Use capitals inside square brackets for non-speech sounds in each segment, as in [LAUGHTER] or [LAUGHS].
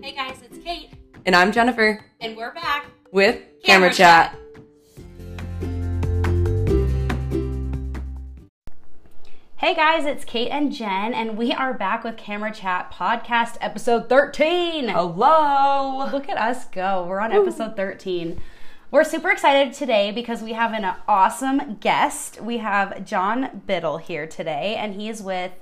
Hey guys, it's Kate, And I'm Jennifer and we're back. with Camera Camera, Chat. Hey guys, it's Kate and Jen, and we are back with Camera Chat Podcast Episode 13. Hello. Look at us go. We're on episode 13. We're super excited today because we have an awesome guest. We have John Biddle here today, and he's with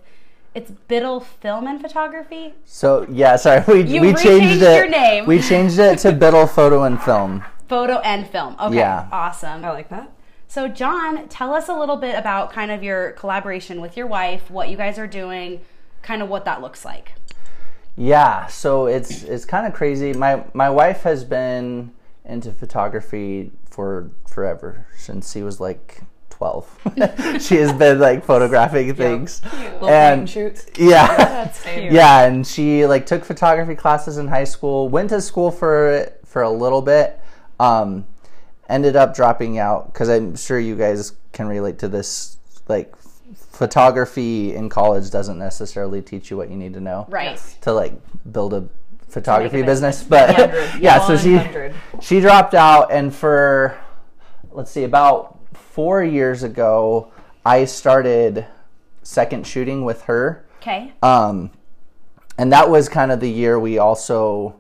it's Biddle Film and Photography. So yeah, sorry, [LAUGHS] we You we rechanged changed it. your name. We changed [LAUGHS] it to Biddle Photo and Film. Photo and film. Okay. Yeah. Awesome. I like that. So, John, tell us a little bit about kind of your collaboration with your wife, what you guys are doing, kind of what that looks like. Yeah, so it's it's kind of crazy. My my wife has been into photography for forever since she was like twelve. [LAUGHS] she has been like photographing things. And shoots. Yeah. [LAUGHS] That's cute. Yeah, and she like took photography classes in high school, went to school for it for a little bit, um, ended up dropping out because I'm sure you guys can relate to this. Like, photography in college doesn't necessarily teach you what you need to know Right. to like build a photography business, business. but 100. [LAUGHS] yeah, so she 100. she dropped out, and for let's see, about four years ago, I started second shooting with her. Okay. Um, and that was kind of the year we also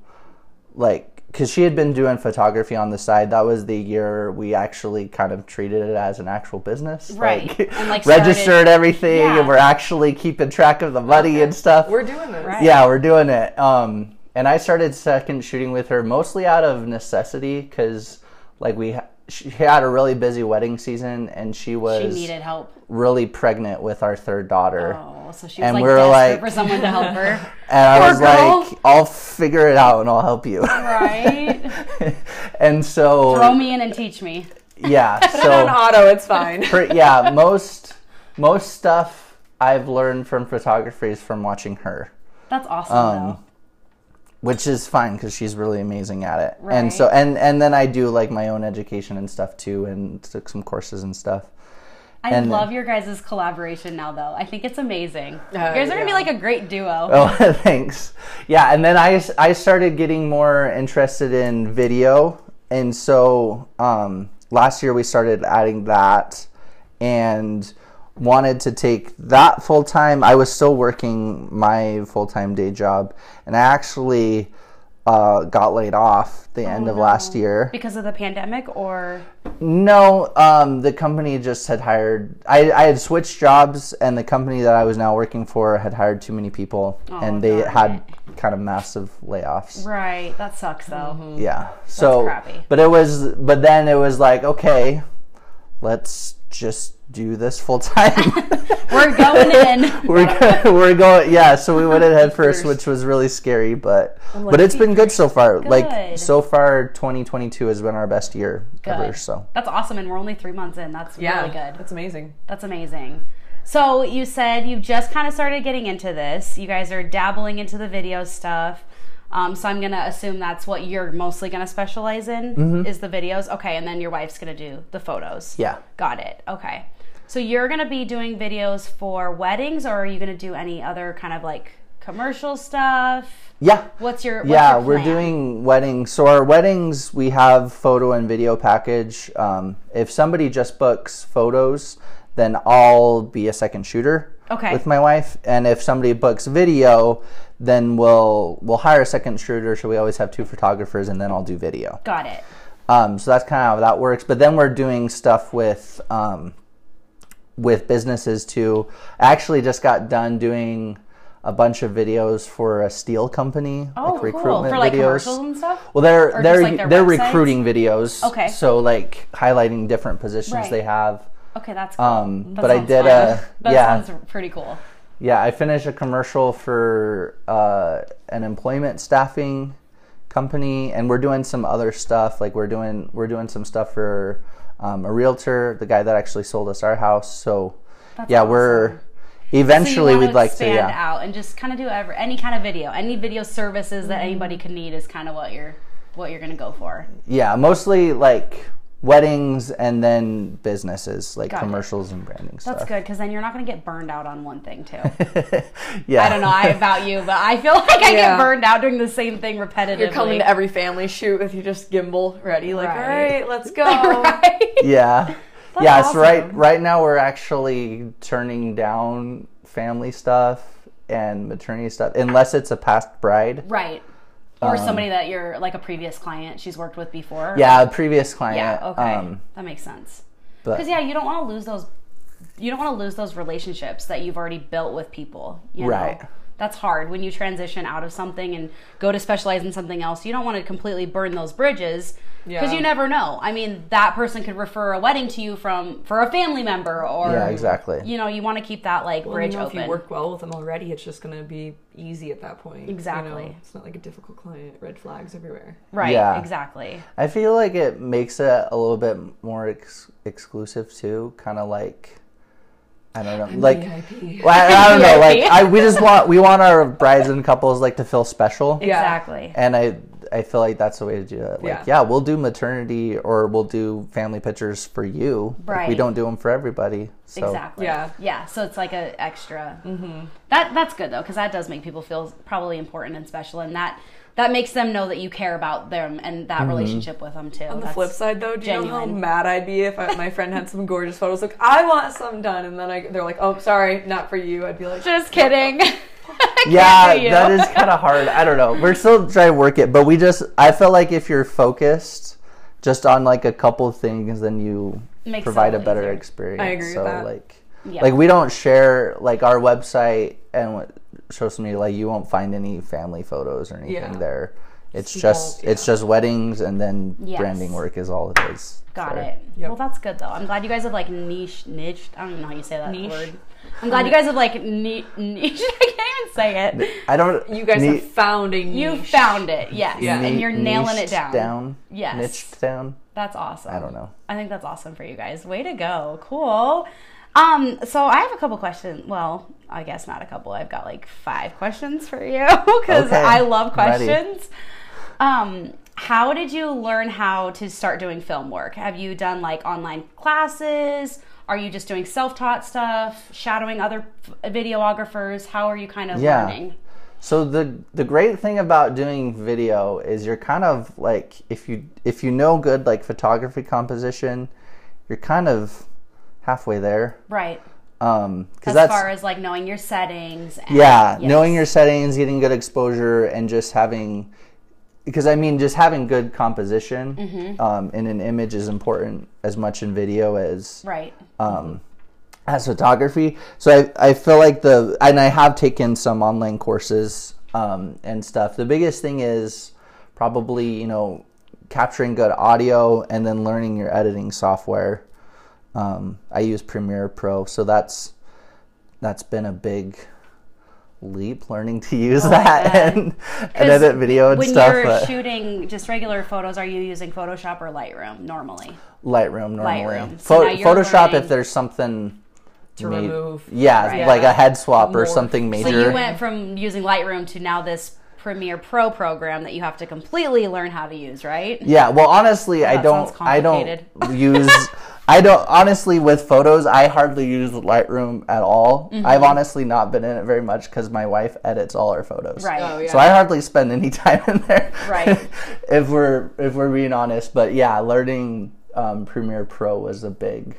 like because she had been doing photography on the side. That was the year we actually kind of treated it as an actual business, Right. And, like, started- registered everything, Yeah. and we're actually keeping track of the money and stuff. We're doing this. Right. yeah, we're doing it. Um, and I started second shooting with her mostly out of necessity because like we ha- she had a really busy wedding season and she was She needed help. really pregnant with our third daughter. Oh, so she was And like we were desperate like- for someone to help [LAUGHS] her. And I Poor was girl. like, I'll figure it out and I'll help you. [LAUGHS] Right? and so, Throw me in and teach me. [LAUGHS] yeah, On so auto, it's fine. pre- yeah, most most stuff I've learned from photography is from watching her, That's awesome Um, though. which is fine because she's really amazing at it. Right. And so, and and then I do like my own education and stuff too, and took some courses and stuff. I and- love your guys' collaboration now though. I think it's amazing. you guys are gonna be Uh, yeah. like a great duo. Oh, [LAUGHS] thanks. Yeah, and then I, I started getting more interested in video. And so um, last year we started adding that and wanted to take that full time. I was still working my full time day job, and I actually uh, got laid off the end of last year. Because of the pandemic or No, um, the company just had hired. I, I had switched jobs, and the company that I was now working for had hired too many people, and they Oh, darn had kind of massive layoffs. Right. That sucks though. Yeah, so crappy. but it was, but then it was like, okay, let's just do this [LAUGHS] full time. [LAUGHS] Mm-hmm. We're going in. we're go, we're going, yeah. So we went ahead first, which was really scary, but but it's been good so far. Like Good. so far, 2022 has been our best year ever. Good. So That's awesome and we're only three months in. That's Yeah. really good. That's amazing. That's amazing. So you said you just kind of started getting into this. You guys are dabbling into the video stuff. Um, so I'm gonna assume that's what you're mostly gonna specialize in is the videos. Okay, and then your wife's gonna do the photos. Mm-hmm. yeah. Got it. Okay. So you're gonna be doing videos for weddings, or are you gonna do any other kind of like commercial stuff? Yeah. What's your what's yeah your we're plan? doing weddings so our weddings we have photo and video package um, if somebody just books photos then i'll be a second shooter Okay. with my wife and if somebody books video then we'll we'll hire a second shooter so we always have two photographers and then i'll do video Got it. um, so that's kind of how that works but then we're doing stuff with um, with businesses too I actually just got done doing a bunch of videos for a steel company Oh, cool. For like commercials and stuff. well, they're Or just, they're like, their they're websites? recruiting videos. Okay. So like highlighting different positions Right. they have. Okay, that's cool. Um, That but I sounds did fun. a that yeah sounds pretty cool. yeah I finished a commercial for uh, an employment staffing company, and we're doing some other stuff. Like we're doing we're doing some stuff for um, a realtor, the guy that actually sold us our house. So yeah, we're eventually So you we'd wanna like to expand yeah. out and just kind of do ever any kind of video, any video Mm-hmm. services that anybody could need is kind of what you're what you're gonna go for. yeah mostly like weddings and then businesses like Got it. commercials and branding stuff. That's good because then you're not going to get burned out on one thing [LAUGHS] too. Yeah. I don't know I, about you, but I feel like I get Yeah. burned out doing the same thing repetitively. You're [LAUGHS] coming to every family shoot with you just gimbal ready, like, all Right. right, let's [LAUGHS] go. right? [LAUGHS] yeah. yeah, awesome. so right right now we're actually turning down family stuff and maternity stuff unless it's a past bride. Right. Or somebody that you're like a previous client she's worked with before. Um, Yeah, a previous client. Yeah. Okay. Um that makes sense. but Because yeah, you don't want to lose those. You don't want to lose those relationships that you've already built with people. You know? Right. That's hard when you transition out of something and go to specialize in something else. You don't want to completely burn those bridges because Yeah. you never know. I mean, that person could refer a wedding to you from for a family member or Yeah, exactly. um, You know, you want to keep that like Well, bridge you know, open. If you work well with them already, it's just going to be easy at that point. you know? Exactly. It's not like a difficult client. Red flags everywhere. right. Yeah. Exactly. I feel like it makes it a little bit more ex- exclusive too, kind of like I don't [LAUGHS] know, like VIP. well, I, I don't know, VIP. like I we just want we want our brides and couples like to feel special. Yeah. Exactly. And I I feel like that's the way to do it. Like, Yeah. yeah, we'll do maternity or we'll do family pictures for you. Like, we Right. don't do them for everybody. So Exactly. Yeah. Mm-hmm. Yeah. So it's like a extra. That that's good though, because that does make people feel probably important and special, and that that makes them know that you care about them and that relationship with them too. On the Oh, That's- flip side, though, do you know how genuine. mad I'd be if I, my friend had some gorgeous photos? Like, I want some done, and then I, they're like, "Oh, sorry, not for you." I'd be like, Just kidding. [LAUGHS] yeah, do you. that is kind of hard. I don't know. We're still trying to work it, but we just I feel like if you're focused just on like a couple things, then you Makes it provide a a little better easier. experience. I agree with so that. like Yeah. like we don't share like our website and what social media. Like you won't find any family photos or anything Yeah. there. It's People- just it's just weddings and then Yes. branding work is all it is. [LAUGHS] Got for- it. Yep. Well, that's good though. I'm glad you guys have like niche, niche. I don't even know how you say that Niche? word. I'm glad you guys have like ni- niche. [LAUGHS] I can't even say it. I don't. "You guys ne- have found a niche." You found it, yes, Yeah. and you're ne- nailing it niched down. Down. Yes. Niched down. That's awesome. I don't know. I think that's awesome for you guys. Way to go. Cool. Um, so I have a couple questions. Well, I guess not a couple. I've got like five questions for you [LAUGHS] because Okay. I love Ready. questions. Um, how did you learn how to start doing film work? Have you done like online classes? Are you just doing self-taught stuff, shadowing other f- videographers? How are you kind of Yeah. learning? So the the great thing about doing video is you're kind of like if you if you know good like photography composition, you're kind of halfway there. Right. Um, As because that's far as like knowing your settings. And, yeah, knowing Yes. your settings, getting good exposure, and just having because I mean just having good composition Mm-hmm. um, in an image is important as much in video as Right. um, as photography. So I, I feel like the, and I have taken some online courses um, and stuff. The biggest thing is probably, you know, capturing good audio and then learning your editing software. Um, I use Premiere Pro, so that's that's been a big leap learning to use that [LAUGHS] and, and 'Cause edit video and Oh, when stuff. you're but- shooting just regular photos, are you using Photoshop or Lightroom normally? Lightroom normally. Lightroom. So Pho- now you're Photoshop learning- if there's something To ma- remove. Yeah, Right. like Yeah. a head swap or Morph. something So major. you went from using Lightroom to now this Premiere Pro program that you have to completely learn how to use, right? yeah, well honestly, I that don't sounds I don't complicated. [LAUGHS] use I don't honestly with photos, I hardly use Lightroom at all. Mm-hmm. I've honestly not been in it very much cuz my wife edits all our photos. Right. Oh, yeah. So I hardly spend any [LAUGHS] time in there. Right. [LAUGHS] if we're if we're being honest, but yeah, learning um, Premiere Pro was a big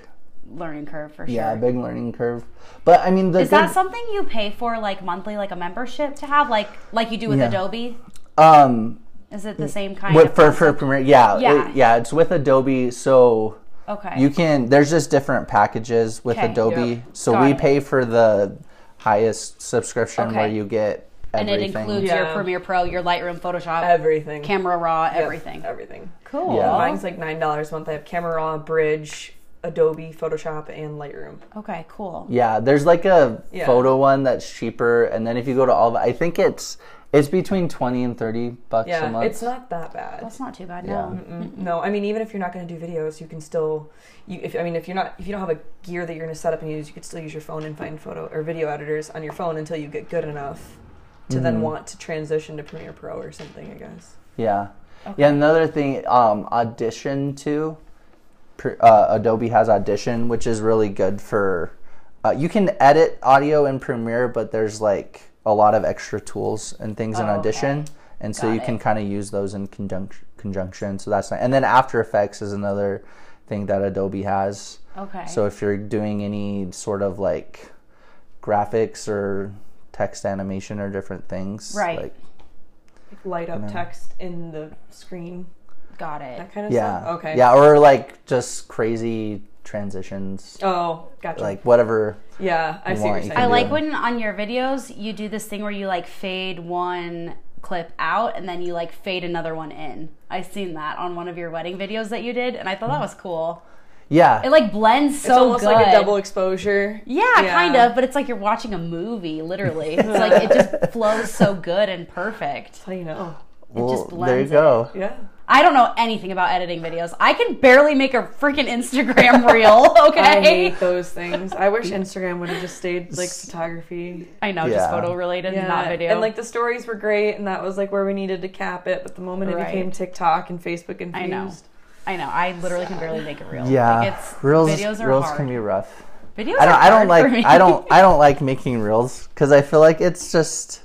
Learning curve for sure. yeah, a big learning curve. But I mean the Is that good- something you pay for like monthly, like a membership to have, like like you do with Yeah. Adobe? um Is it the same kind What of for for Premiere? Yeah, it- Yeah. yeah, It's with Adobe, so Okay. you can. There's just different packages with Okay. Adobe. Yep. So Got we it. pay for the highest subscription Okay. where you get and it everything. includes your Yeah. Premiere Pro, your Lightroom, Photoshop, everything. Camera Raw, Yep, everything. Everything. Cool. Yeah. Mine's like nine dollars a month. I have Camera Raw, Bridge, Adobe, Photoshop, and Lightroom. Okay, cool. yeah, there's like a Yeah. photo one that's cheaper, and then if you go to all, the, I think it's it's between twenty and thirty bucks a Yeah, month. it's not that bad. That's not too bad, Yeah. no. Mm, No, I mean even if you're not going to do videos, you can still you if I mean if you're not if you don't have a gear that you're going to set up and use, you could still use your phone and find photo or video editors on your phone until you get good enough to then Mm-hmm. want to transition to Premiere Pro or something, I guess. Yeah. Yeah, another thing, um, audition too pr- uh, Adobe has Audition, which is really good for. Uh, you can edit audio in Premiere, but there's like a lot of extra tools and things in Oh, okay. Audition, and so Got you it. can kind of use those in conjunction. Conjunction, so that's nice. And then After Effects is another thing that Adobe has. Okay. So if you're doing any sort of like graphics or text animation or different things, Right. Like, light up text in the screen, Got it. that kind of yeah. stuff. Okay. Yeah, or like just crazy transitions, Oh, gotcha. like whatever. yeah, I see what want, you're you saying. can I do like it. when on your videos you do this thing where you like fade one clip out and then you like fade another one in. I seen that on one of your wedding videos that you did, and I thought that was cool. Yeah. It like blends so Mm-hmm. it's almost good. like a double exposure. yeah, kind of, but it's like you're watching a movie, [LAUGHS] literally. It's like it just flows so good and perfect. So you know. well, just there you blends go. Yeah. I don't know anything about editing videos. I can barely make a freaking Instagram [LAUGHS] [LAUGHS] reel, I okay? hate those things. I [LAUGHS] wish Instagram would have just stayed like photography. I, know, just Yeah. photo related, not video. And like the stories were great, and that was like where we needed to cap it. But the moment Right. it became TikTok and Facebook infused, I know. I know. I literally can barely make a reel. Yeah. Like it's, reels videos are reels hard. can be rough. videos I don't are I don't hard like for me. I don't I don't like making reels cuz I feel like it's just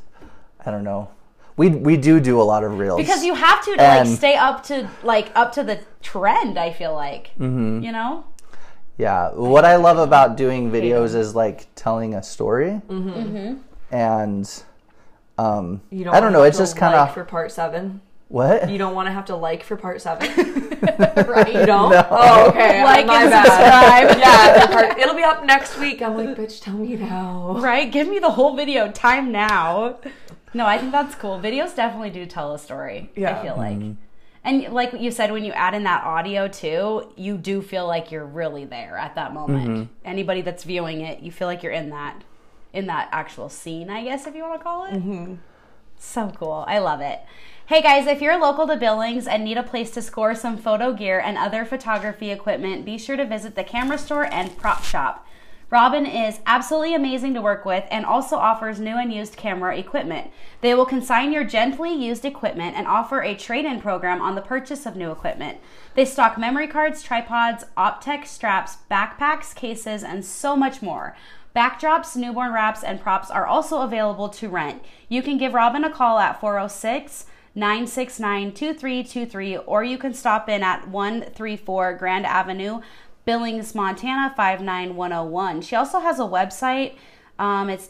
I don't know. We we do do a lot of [LAUGHS] reels. because you have to, to like And- stay up to like up to the trend. I feel like Mm-hmm. you know. Yeah. What I love about doing videos is like telling a story. Mm-hmm. And um, you don't. I don't wanna know. have It's to just kind like of for part seven. what? You don't want to have to like for part [LAUGHS] seven. Right. You don't. Oh, okay. Like my and bad. [LAUGHS] yeah, for part- it'll be up next week. I'm like, bitch, tell me now. [LAUGHS] Right. Give me the whole video time now. No, I think that's cool. Videos definitely do tell a story. I Yeah. feel like. And like you said, when you add in that audio too, you do feel like you're really there at that moment. Anybody that's viewing it, you feel like you're in that, in that actual scene, I guess, if you want to call it. So cool. I love it. Hey guys, if you're local to Billings and need a place to score some photo gear and other photography equipment, be sure to visit the camera store and prop shop. Robin is absolutely amazing to work with and also offers new and used camera equipment. They will consign your gently used equipment and offer a trade in program on the purchase of new equipment. They stock memory cards, tripods, Optech straps, backpacks, cases, and so much more. Backdrops, newborn wraps, and props are also available to rent. You can give Robin a call at 406 969 2323, or you can stop in at 134 Grand Avenue, Billings, Montana 59101. She also has a website. Um, it's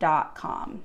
www.thecamerastoremontanamt.com.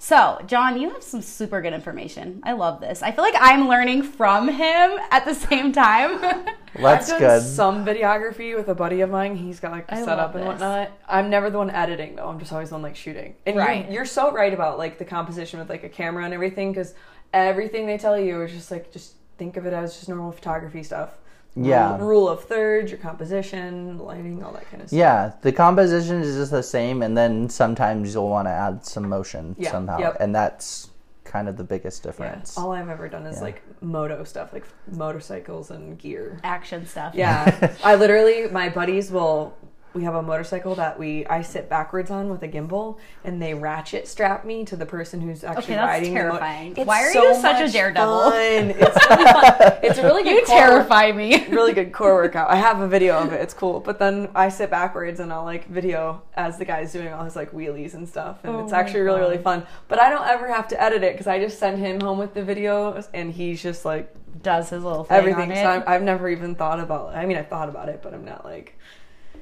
So, John, you have some super good information. I love this. I feel like I'm learning from him at the same time. [LAUGHS] That's I've done good. some videography with a buddy of mine. He's got like a I love setup and this. whatnot. I'm never the one editing though. I'm just always the one like shooting. And Right. you're, you're so right about like the composition with like a camera and everything because everything they tell you is just like just think of it as just normal photography stuff. Yeah. Rule, rule of thirds, your composition, lighting, all that kind of stuff. yeah, the composition is just the same, and then sometimes you'll want to add some motion Yeah, somehow, yep. and that's kind of the biggest Yeah. difference. All I've ever done is like moto stuff, like motorcycles and gear. action stuff. Yeah. I literally, my buddies will. We have a motorcycle that we I sit backwards on with a gimbal, and they ratchet strap me to the person who's actually Okay, that's riding. the mo- terrifying. It's Why are so you such a much daredevil? fun. [LAUGHS] It's really fun. It's a really good. You core- terrify [LAUGHS] me. Really good core workout. I have a video of it. It's cool. But then I sit backwards and I'll like video as the guy's doing all his like wheelies and stuff, and it's Oh my actually really really fun. But I don't ever have to edit it because I just send him home with the videos, and he's just like Does his little thing everything. on So it. I'm, I've never even thought about. I mean, I thought about it, but I'm not like,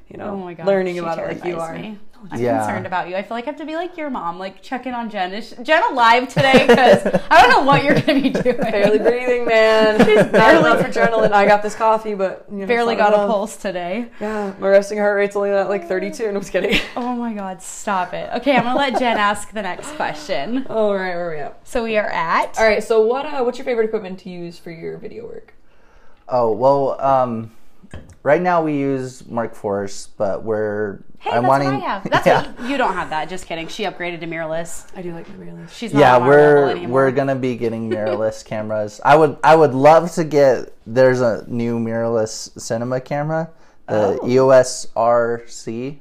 you know, oh my god, learning she about it like you are. terrifies me. I'm Yeah. concerned about you. I feel like I have to be like your mom, like check in on Jen. Is Jen alive today? [LAUGHS] Because I don't know what you're gonna be doing. [LAUGHS] Barely breathing, man. not barely- enough adrenaline. I got [LAUGHS] this coffee, but you know, it's Barely not got a enough. pulse today. Yeah, my resting heart rate's only at like 32, and I'm just kidding. [LAUGHS] Oh my god, stop it. Okay, I'm gonna let Jen ask the next question. All right, where are we at? So we are at. All right, so what? Uh, what's your favorite equipment to use for your video work? Oh well, um, right now we use Mark Force, but we're Hey, I'm that's wanting what I have. That's yeah. what you don't have that. Just kidding. She upgraded to mirrorless. I do like my realist. She's not [LAUGHS] yeah, on our level we're anymore. we're gonna [LAUGHS] be getting mirrorless cameras. I would I would love to get. There's a new mirrorless cinema camera, the Oh. E EOS Mm-hmm. [GASPS] RC,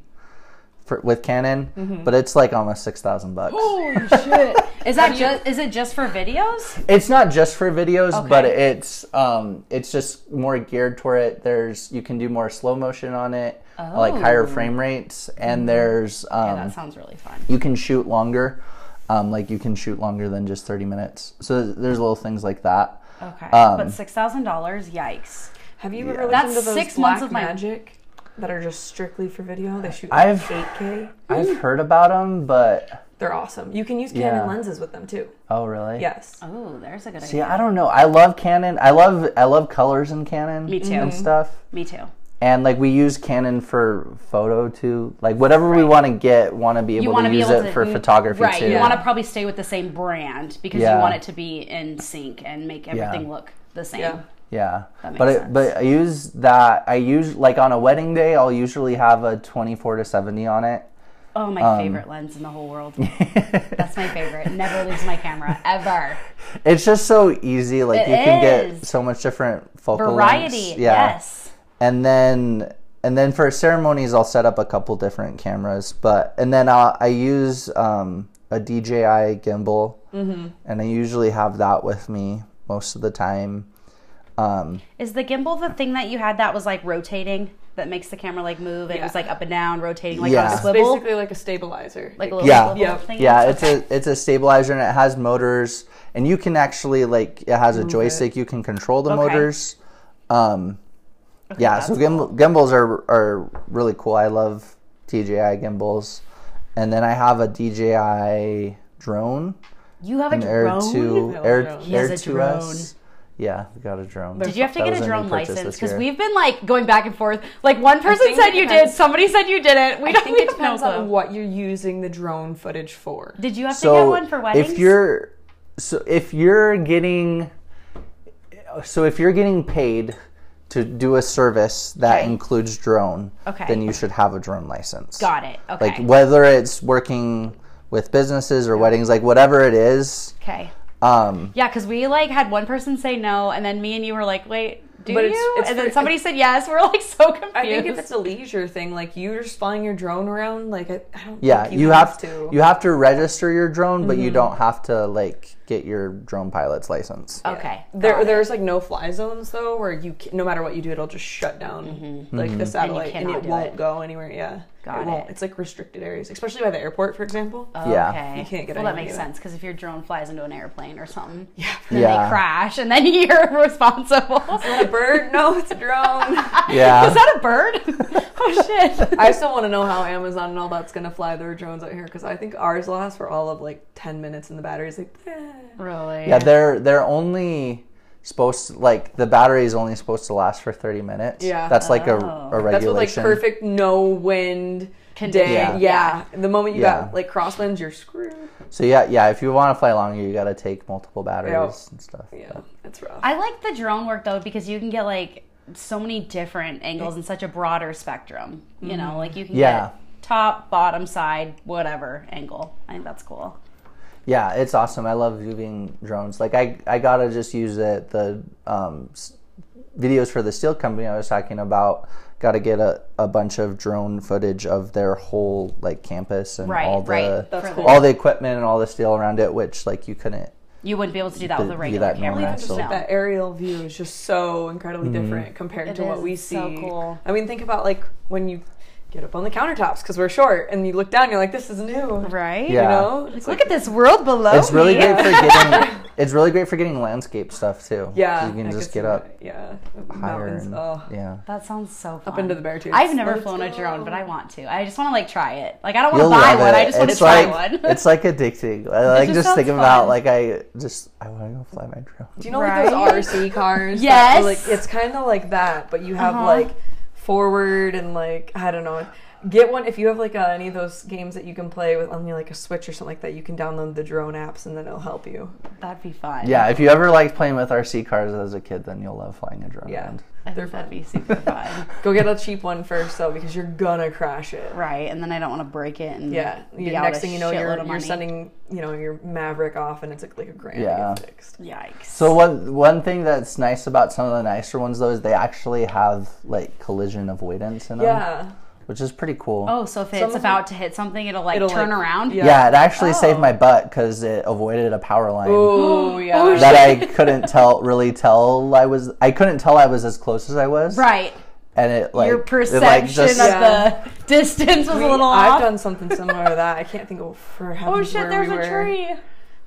for, with Canon, but it's like almost six thousand bucks. [LAUGHS] Holy shit. Is that just? Is it just for videos? It's not just for videos, but Okay. it's um, it's just more geared toward it. There's you can do more slow motion on it, like higher Oh. Mm-hmm. frame rates, and there's um, Yeah, that sounds really fun. you can shoot longer. Um, like you can shoot longer than just 30 minutes. So there's little things like that. Okay, Um, but six thousand dollars, yikes! Have you ever That's listened to those six Black months of my- Magic that are just strictly for video? They shoot I've- like 8K. I've heard about them, but They're awesome. You can use Yeah. Canon lenses with them too. oh really? Yes. Oh, there's a good See, idea. I don't know. I love Canon. I love I love colors in Canon. Me too. And stuff. Me too. And like we use Canon for photo too. Like whatever we want to get, want to be able wanna to be use able it to- for photography right, too. you want to probably stay with the same brand because Yeah. you want it to be in sync and make everything look the same. Yeah. Yeah. That But makes I, but I use that. I use like on a wedding day. I'll usually have a 24 to 70 on it. Oh, my Um, favorite lens in the whole [LAUGHS] world. That's my favorite. Never leaves my camera [LAUGHS] ever. It's just so easy. Like It you can get is. so much different focal Variety. lengths. Yeah. Yes. and then and then for ceremonies i'll set up a couple different cameras but and then i, I use um, a dji gimbal Mm-hmm. and i usually have that with me most of the time um, Is the gimbal the thing that you had that was like rotating that makes the camera like move and it was Yeah. like up and down, rotating like Yeah. on a It's swivel? Basically like a stabilizer. like a It- little Yeah. swivel Yeah. thing? yeah it's a it's a stabilizer and it has motors and you can actually like it has a joystick you can control the Okay. motors um, yeah so that's gimbal, gimbals are are really cool i love dji gimbals and then i have a dji drone You have a Air drone? to No, Air, drone. He Air has a to drone. us. Yeah, we got a drone. Did you have to That get was a new drone purchase license? this Because year. we've been like going back and forth. Like one person think said it you did, depends- somebody said you didn't. We I don't think even it depends know on though. what you're using the drone footage for. Did you have to so get one for weddings? if you're so if you're getting so if you're getting paid to do a service that Okay. includes drone, Okay. then you should have a drone license. got it. Okay. Like whether it's working with businesses or weddings, like whatever it is. okay. Um, Yeah, because we like had one person say no, and then me and you were like, wait, do But you? it's- it's and for- then somebody said yes. We're like so confused. I think if it's a leisure thing, like you're just flying your drone around, like I, I don't. yeah, think you, have to you have to register your drone, Mm-hmm. but you don't have to like get your drone pilot's license. okay. got There, it. there's like no fly zones though, where you can, no matter what you do, it'll just shut down Mm-hmm. like the satellite, Mm-hmm. and, cannot it do won't it. go anywhere. Yeah, Got it Oh. won't. it. It's like restricted areas, especially by the airport, for example. [LAUGHS] Yeah. Okay. You can't get well, that anyone makes to do that. sense because if your drone flies into an airplane or something, [LAUGHS] yeah, Yeah. they crash, and then [LAUGHS] you're responsible. a bird? No, it's a drone. [LAUGHS] Yeah. Is that a bird? [LAUGHS] oh shit! I still want to know how Amazon and all that's gonna fly their drones out here because I think ours lasts for all of like ten minutes, and the battery's like. eh. Really? Yeah, they're they're only supposed to, like the battery is only supposed to last for 30 minutes. Yeah. That's like a, Oh. a That's with like regulation. perfect no wind Condition. day. Yeah. Yeah. The moment you Yeah. got like crosswinds, you're screwed. so yeah, yeah, if you want to fly longer, you got to take multiple batteries Yeah. and stuff. Yeah, it's rough. I like the drone work though because you can get like so many different angles and such a broader spectrum. You know, like you can Yeah. get top, bottom, side, whatever angle. I think that's cool. Yeah, it's awesome. I love viewing drones. Like I I got to just use it the um s- videos for the steel company I was talking about. Got to get a, a bunch of drone footage of their whole like campus and Right, all the right. That's For cool. all the equipment and all the steel around it, which like you couldn't You wouldn't be able to do that Do with a that regular normal. camera. Well, Even just so- no. like that aerial view is just so incredibly Mm-hmm. different compared It to what is. we It's see. so cool. I mean, think about like when you get up on the countertops because we're short, and you look down, you're like, "This is new." Right? Yeah. You know, Like, look at this world below. It's really me. great [LAUGHS] for getting. it's really great for getting landscape stuff too. yeah, 'Cause you I can just could get see up that. Yeah, higher. mountains. And, oh. Yeah, That sounds so fun. into the bear tooth. I've never Let's flown a go. drone, but I want to. I just want to like try it. Like I don't want to buy one. I just want to it's try like one. it's like [LAUGHS] addicting. I like just just, sounds thinking about fun. like I just I want to go fly my drone. Do you know Right? like those RC cars? Yes. that, like it's kind of like that, but you have Uh-huh. like forward and like I don't know. Get one if you have like uh, any of those games that you can play with on your, like a Switch or something like that. You can download the drone apps and then it'll help you. [LAUGHS] That'd be fun. Yeah, if you ever liked playing with RC cars as a kid, then you'll love flying a drone. Yeah. around. I They're think that'd be super fun. Go get a cheap one first though, because you're gonna crash it. right. And then I don't want to break it and Yeah. Be yeah out next a thing you know, shitload you're, of you're money. sending you know your Maverick off, and it's like like a grand Yeah. to get fixed. Yikes. So one one thing that's nice about some of the nicer ones though is they actually have like collision avoidance in them. Yeah. which is pretty cool. Oh, so if it's Someone's about to hit something, it'll like It'll, turn like- around. yeah. yeah. it actually saved Oh. my butt because it avoided a power line. Oh [GASPS] yeah. Oh, That I couldn't tell, really tell I was, I couldn't tell I was as close as I was. Right. And it like, Your it, like, perception just- of Yeah. the [LAUGHS] distance was We- a little I've off. done something similar to that. I can't think of for how. oh shit! There's a tree.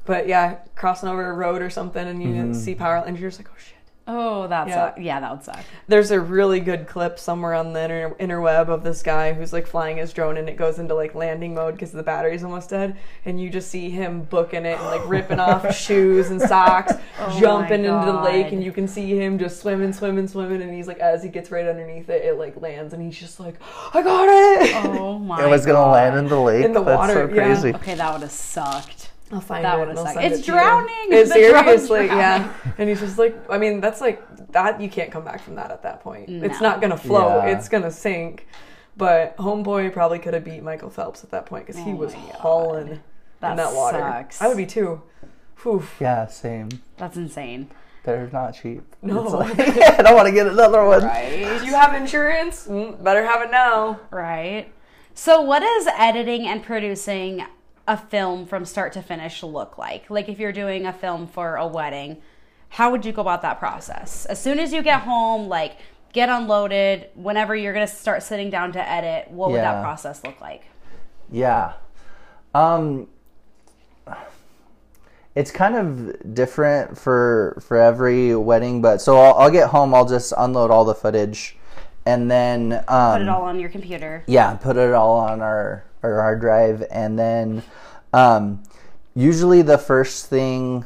But yeah, crossing over a road or something, and you didn't see power, and you're just like, oh shit. Oh, that Yeah. sucks. Yeah, that would [LAUGHS] suck. There's a really good clip somewhere on the inter- interweb of this guy who's like flying his drone, and it goes into like landing mode because the battery's almost dead, and you just see him booking it and like ripping off shoes and socks, [LAUGHS] Oh jumping my into the lake, God. and you can see him just swimming, swimming, swimming, and he's like, as he gets right underneath it, it like lands, and he's just like, I got it Oh my. it was going to God. land in the lake. In the That's so water, yeah. crazy. Okay, that would have sucked. I'll find That it. would've and I'll sucked. send It's it to you. drowning! It's The drone's seriously, yeah. drowning. [LAUGHS] And he's just like, I mean, that's like that. You can't come back from that at that point. It's No. not gonna float. Yeah. It's gonna sink. But homeboy probably could have beat Michael Phelps at that point because he Oh was my God. hauling That in that water. sucks. I would be too. Oof. Yeah, same. That's insane. They're not cheap. No. It's like, [LAUGHS] I don't want to get another one. Right. Do you have insurance? Mm, better have it now. Right. So, what does editing and producing a film from start to finish look like? Like, if you're doing a film for a wedding, how would you go about that process? As soon as you get home, like, get unloaded, whenever you're going to start sitting down to edit, what would that Yeah. process look like? Yeah. Um it's kind of different for for every wedding, but so I'll, I'll get home, I'll just unload all the footage and then um Put it all on your computer. yeah, put it all on our our hard drive, and then um, usually the first thing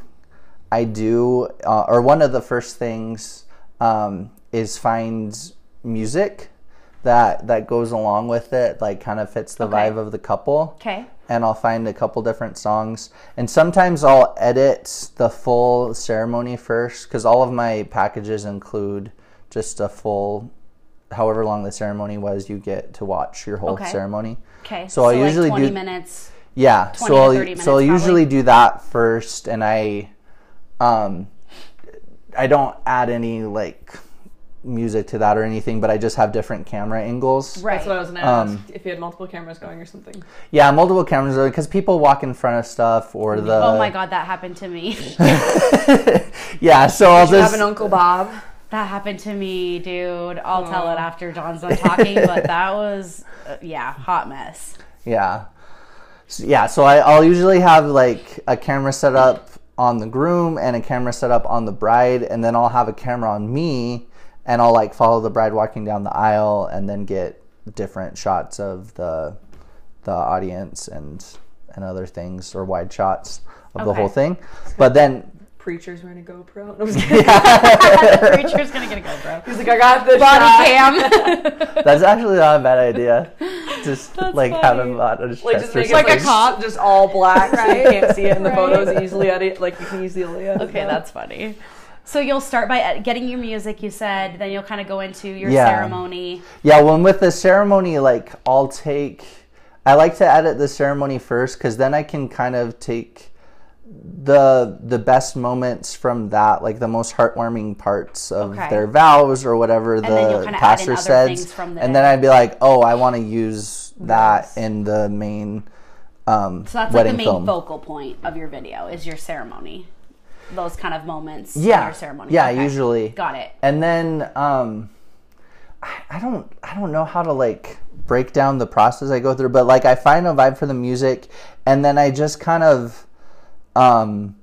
I do, uh, or one of the first things, um, is find music that that goes along with it, like kind of fits the Okay. vibe of the couple Okay. and I'll find a couple different songs. And sometimes I'll edit the full ceremony first because all of my packages include just a full, however long the ceremony was, you get to watch your whole Okay. ceremony. Okay. So I'll usually like 20 do- minutes. Yeah, 20 so to I'll, 30 so I'll minutes, usually probably. do that first, and I, um, I don't add any like music to that or anything, but I just have different camera angles. Right. That's what I was gonna ask. Um, if you had multiple cameras going or something. Yeah, multiple cameras because people walk in front of stuff or the. oh my God, that happened to [LAUGHS] me. Yeah, so I'll Do you just have an Uncle Bob? That happened to me, dude. I'll tell Oh. it after John's done talking, but that was, uh, yeah, hot mess. Yeah. So, yeah, so I, I'll usually have like a camera set up on the groom and a camera set up on the bride, and then I'll have a camera on me and I'll like follow the bride walking down the aisle and then get different shots of the the audience and and other things or wide shots of the Okay. whole thing. But then Preacher's wearing a GoPro. No, I'm just [LAUGHS] [LAUGHS] kidding. the preacher's gonna get a GoPro. He's like, I got this. shot." Body [LAUGHS] cam. that's actually not a bad [LAUGHS] idea. Just That's like have funny. him on a Like chest just or make it Like like, a something. cop. just all black, [LAUGHS] so you can't see it in the Right. photos easily. Edit like you can easily edit. it okay, out. that's funny. So you'll start by uh, getting your music, you said, then you'll kind of go into your Yeah. ceremony. Yeah, when with the ceremony, like I'll take. I like to edit the ceremony first because then I can kind of take the the best moments from that, like the most heartwarming parts of Okay. their vows or whatever then you'll the kinda add in pastor other said, things from the and then day. I'd be like, oh, I want to use that Nice. in the main um, So that's like wedding the main film. focal point of your video is your ceremony. Those kind of moments in yeah, your ceremony. yeah, Okay. usually Got it. and then um I, I don't i don't know how to like break down the process i go through but like i find a vibe for the music and then i just kind of um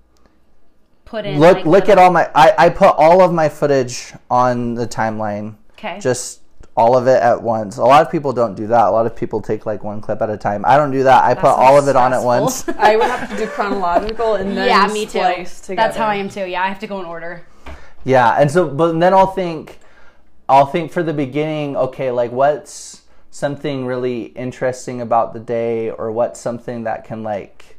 Put in look like, look the- at all my I, I put all of my footage on the timeline Okay. just all of it at once a lot of people don't do that a lot of people take like one clip at a time i don't do that i put sounds all of it on at stressful. [LAUGHS] once I would have to do chronological and then yeah, me too. splice together. That's how I am too. Yeah, I have to go in order. Yeah, and so but then I'll think I'll think for the beginning, okay, like what's something really interesting about the day or what's something that can like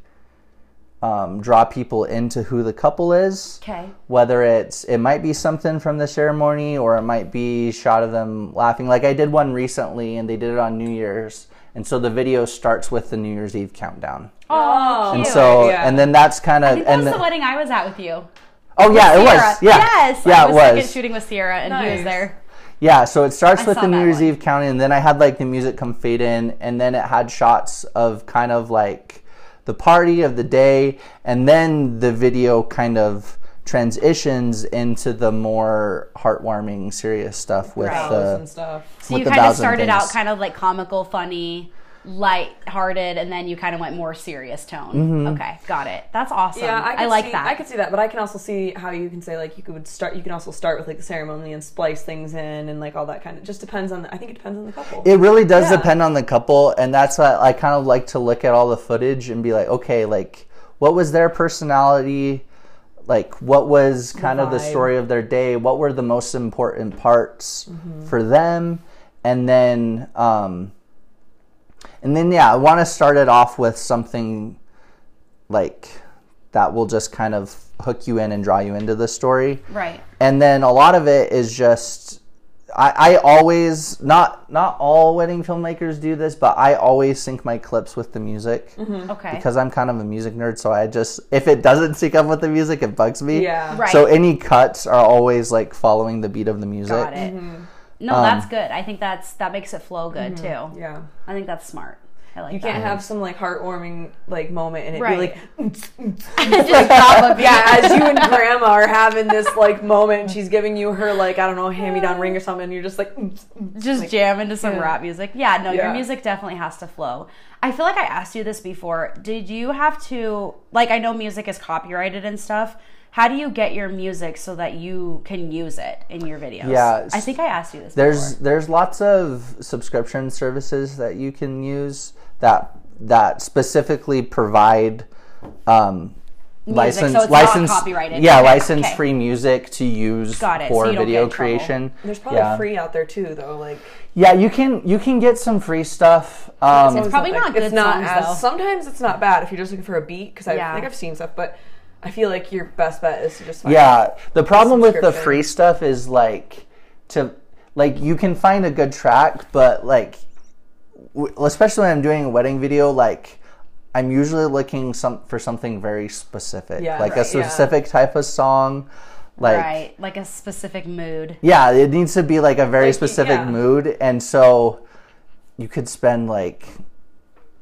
um, draw people into who the couple is. Okay. Whether it's it might be something from the ceremony or it might be shot of them laughing. Like I did one recently and they did it on New Year's. And so the video starts with the New Year's Eve countdown. Oh, Oh. And cute. so yeah. and then that's kind I of think that and was the the- wedding I was at with you. Oh yeah, it Sierra. was. Yeah. Yes. Yeah, I it was, second was. shooting with Sierra, and he was Nice. there. Yeah, so it starts I with saw the New that Year's one. Eve counting, and then I had like the music come fade in, and then it had shots of kind of like the party of the day, and then the video kind of transitions into the more heartwarming, serious stuff with Right. Flowers the and stuff. So with you the kind of vows and started out things. kind of like comical, funny, light-hearted, and then you kind of went more serious tone. Mm-hmm. Okay, got it. That's awesome. Yeah, I, I, could like see, that. I could see that, but I can also see how you can say like you could start. You can also start with like the ceremony and splice things in and like all that kind of. Just depends on. The, I think it depends on the couple. It really does Yeah. depend on the couple, and that's why I kind of like to look at all the footage and be like, okay, like what was their personality? Like what was kind of the vibe. story of their day? What were the most important parts Mm-hmm. for them? And then, um, and then yeah, I want to start it off with something like that will just kind of hook you in and draw you into the story right. and then a lot of it is just I, I always not not all wedding filmmakers do this but i always sync my clips with the music Okay. because i'm kind of a music nerd so i just if it doesn't sync up with the music it bugs me Yeah. Right. so any cuts are always like following the beat of Um, the music got it. Mm-hmm. No, that's good. I think that's that makes it flow good too. Yeah. I think that's smart. I like You that. can't have some like heartwarming like moment and it Right. be like [LAUGHS] Just gob of- [LAUGHS] yeah, as you and grandma are having this like moment and she's giving you her like I don't know hand me down ring or something and you're just like just jam into some rap music. Yeah, no, your Yeah. music definitely has to flow. I feel like I asked you this before. Did you have to like I know music is copyrighted and stuff. How do you get your music so that you can use it in your videos? Yeah, I think I asked you this. there's there's lots of subscription services that you can use that that specifically provide um Music, so license it's not license copyrighted. yeah Okay, license okay. free music to use Got it, so for you don't get video in trouble. creation There's probably yeah. free out there too though like yeah you can you can get some free stuff songs um that, probably like, not good it's not songs, as though. sometimes it's not bad if you're just looking for a beat because I Yeah. think I've seen stuff but I feel like your best bet is to just find yeah the problem with the subscription. free stuff is like to like you can find a good track but like w- especially when i'm doing a wedding video like i'm usually looking some for something very specific Yeah, like a right, yeah. specific type of song like right, like a specific mood. yeah it needs to be like a very Like, specific yeah. mood and so you could spend like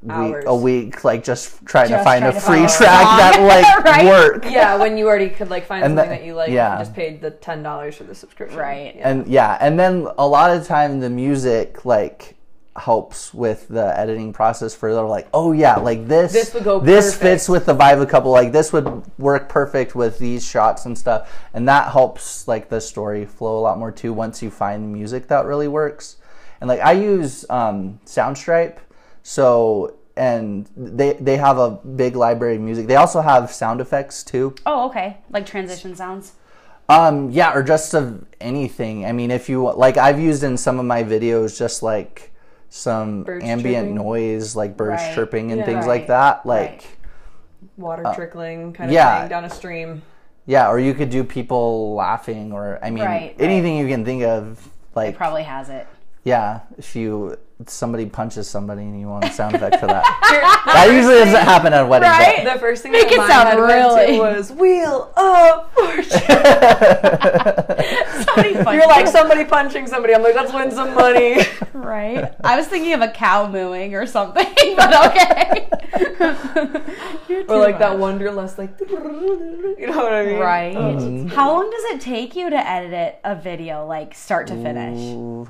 week, Hours. a week like just trying to Just find trying a to find free a track song. that [LAUGHS] like Right? work yeah when you already could like find And something the- that you like yeah. yeah. you just paid the ten dollars for the subscription Right. yeah. and yeah and then a lot of time the music like helps with the editing process for they're like oh yeah like this This would go this perfect. fits with the vibe of couple like this would work perfect with these shots and stuff and that helps like the story flow a lot more too once you find music that really works and like i use um soundstripe so and they they have a big library of music they also have sound effects too Oh, okay. Like transition sounds. um, yeah, or just of anything. I mean, if you like, I've used in some of my videos just like some Birds ambient chirping. noise, like birds Right. chirping and Yeah. things Right. like that. Like, Right. water trickling kind uh, yeah. of thing down a stream yeah, or you could do people laughing, or I mean, Right, right. anything you can think of. Like, Probably has it. [LAUGHS] yeah, if you somebody punches somebody and you want a sound effect [LAUGHS] for that, [LAUGHS] that usually doesn't happen at weddings. but- Right? The first thing Make that it mine sound had went to really- was wheel up [LAUGHS] Oh fortune. Somebody You're fucking- like somebody punching somebody. I'm like, let's win some money. [LAUGHS] Right? I was thinking of a cow mooing or something, [LAUGHS] but okay. You're [LAUGHS] too or [LAUGHS] like that much. wonderlust, like [LAUGHS] you know what I mean? Right? Oh, Mm-hmm. How long does it take you to edit a video, like start to finish? Ooh.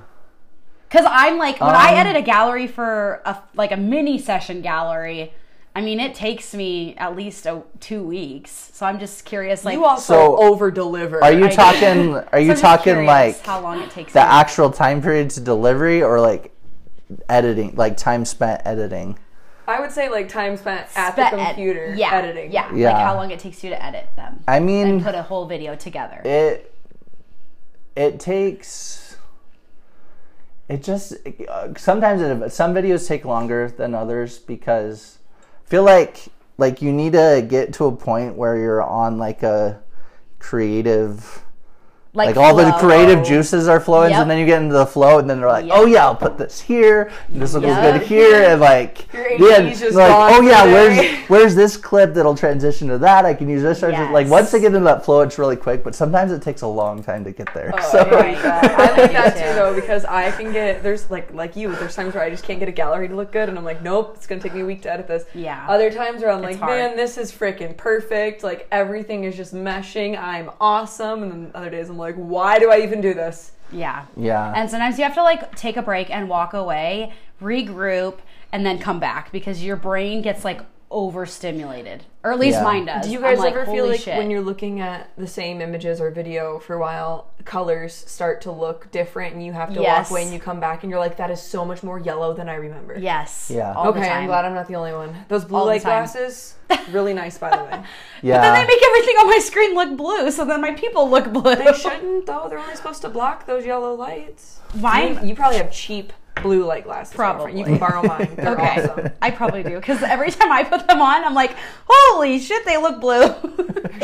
Because I'm like, when I Um, edit a gallery for a, like a mini session gallery, I mean, it takes me at least a, two weeks. So I'm just curious, like, You also So- over deliver. [LAUGHS] Are you do. talking? Are I'm you just talking curious like how long it takes? the you. actual time period to delivery, or like editing, like time spent editing? I would say like time spent at But the ed- computer yeah, editing. Yeah, like Yeah. how long it takes you to edit them I mean, and put a whole video together. it it takes it just uh, sometimes it, some videos take longer than others because I feel like like you need to get to a point where you're on like a creative Like, all the flow. creative juices are flowing, Yep. and then you get into the flow, and then they're like, Yep. "Oh yeah, I'll put this here. and This will go Yep. good here." And [LAUGHS] like, Your yeah, ADD's just like, gone "Oh for yeah, the where's day." where's this clip that'll transition to that? I can use this." transition. Like Yes. once they get into that flow, it's really quick, but sometimes it takes a long time to get there. Oh, [LAUGHS] so I hate that. [LAUGHS] I like that Yeah. too, though, because I can get there's like like you. There's times where I just can't get a gallery to look good, and I'm like, nope, it's gonna take me a week to edit this. Yeah. Other times where I'm It's like, hard. man, this is freaking perfect. Like everything is just meshing. I'm awesome. And then other days I'm like, why do I even do this? Yeah. yeah, And sometimes you have to like take a break and walk away, regroup, and then come back because your brain gets like overstimulated. Or at least Yeah. mine does. Do you guys I'm like, ever feel "Holy like shit." when you're looking at the same images or video for a while, colors start to look different, and you have to Yes. walk away, and you come back, and you're like, that is so much more yellow than I remember. Yes. Yeah. All the Okay, time. I'm glad I'm not the only one. Those blue All the light time. [LAUGHS] glasses, really nice, by the way. yeah. Then they make everything on my screen look blue, so then my people look blue. They shouldn't though. They're only supposed to block those yellow lights. Mine- You, you probably have cheap blue light glasses. Probably. You can borrow mine. They're [LAUGHS] Okay. awesome. I probably [LAUGHS] do because every time I put them on, I'm like, "Holy shit, they look blue."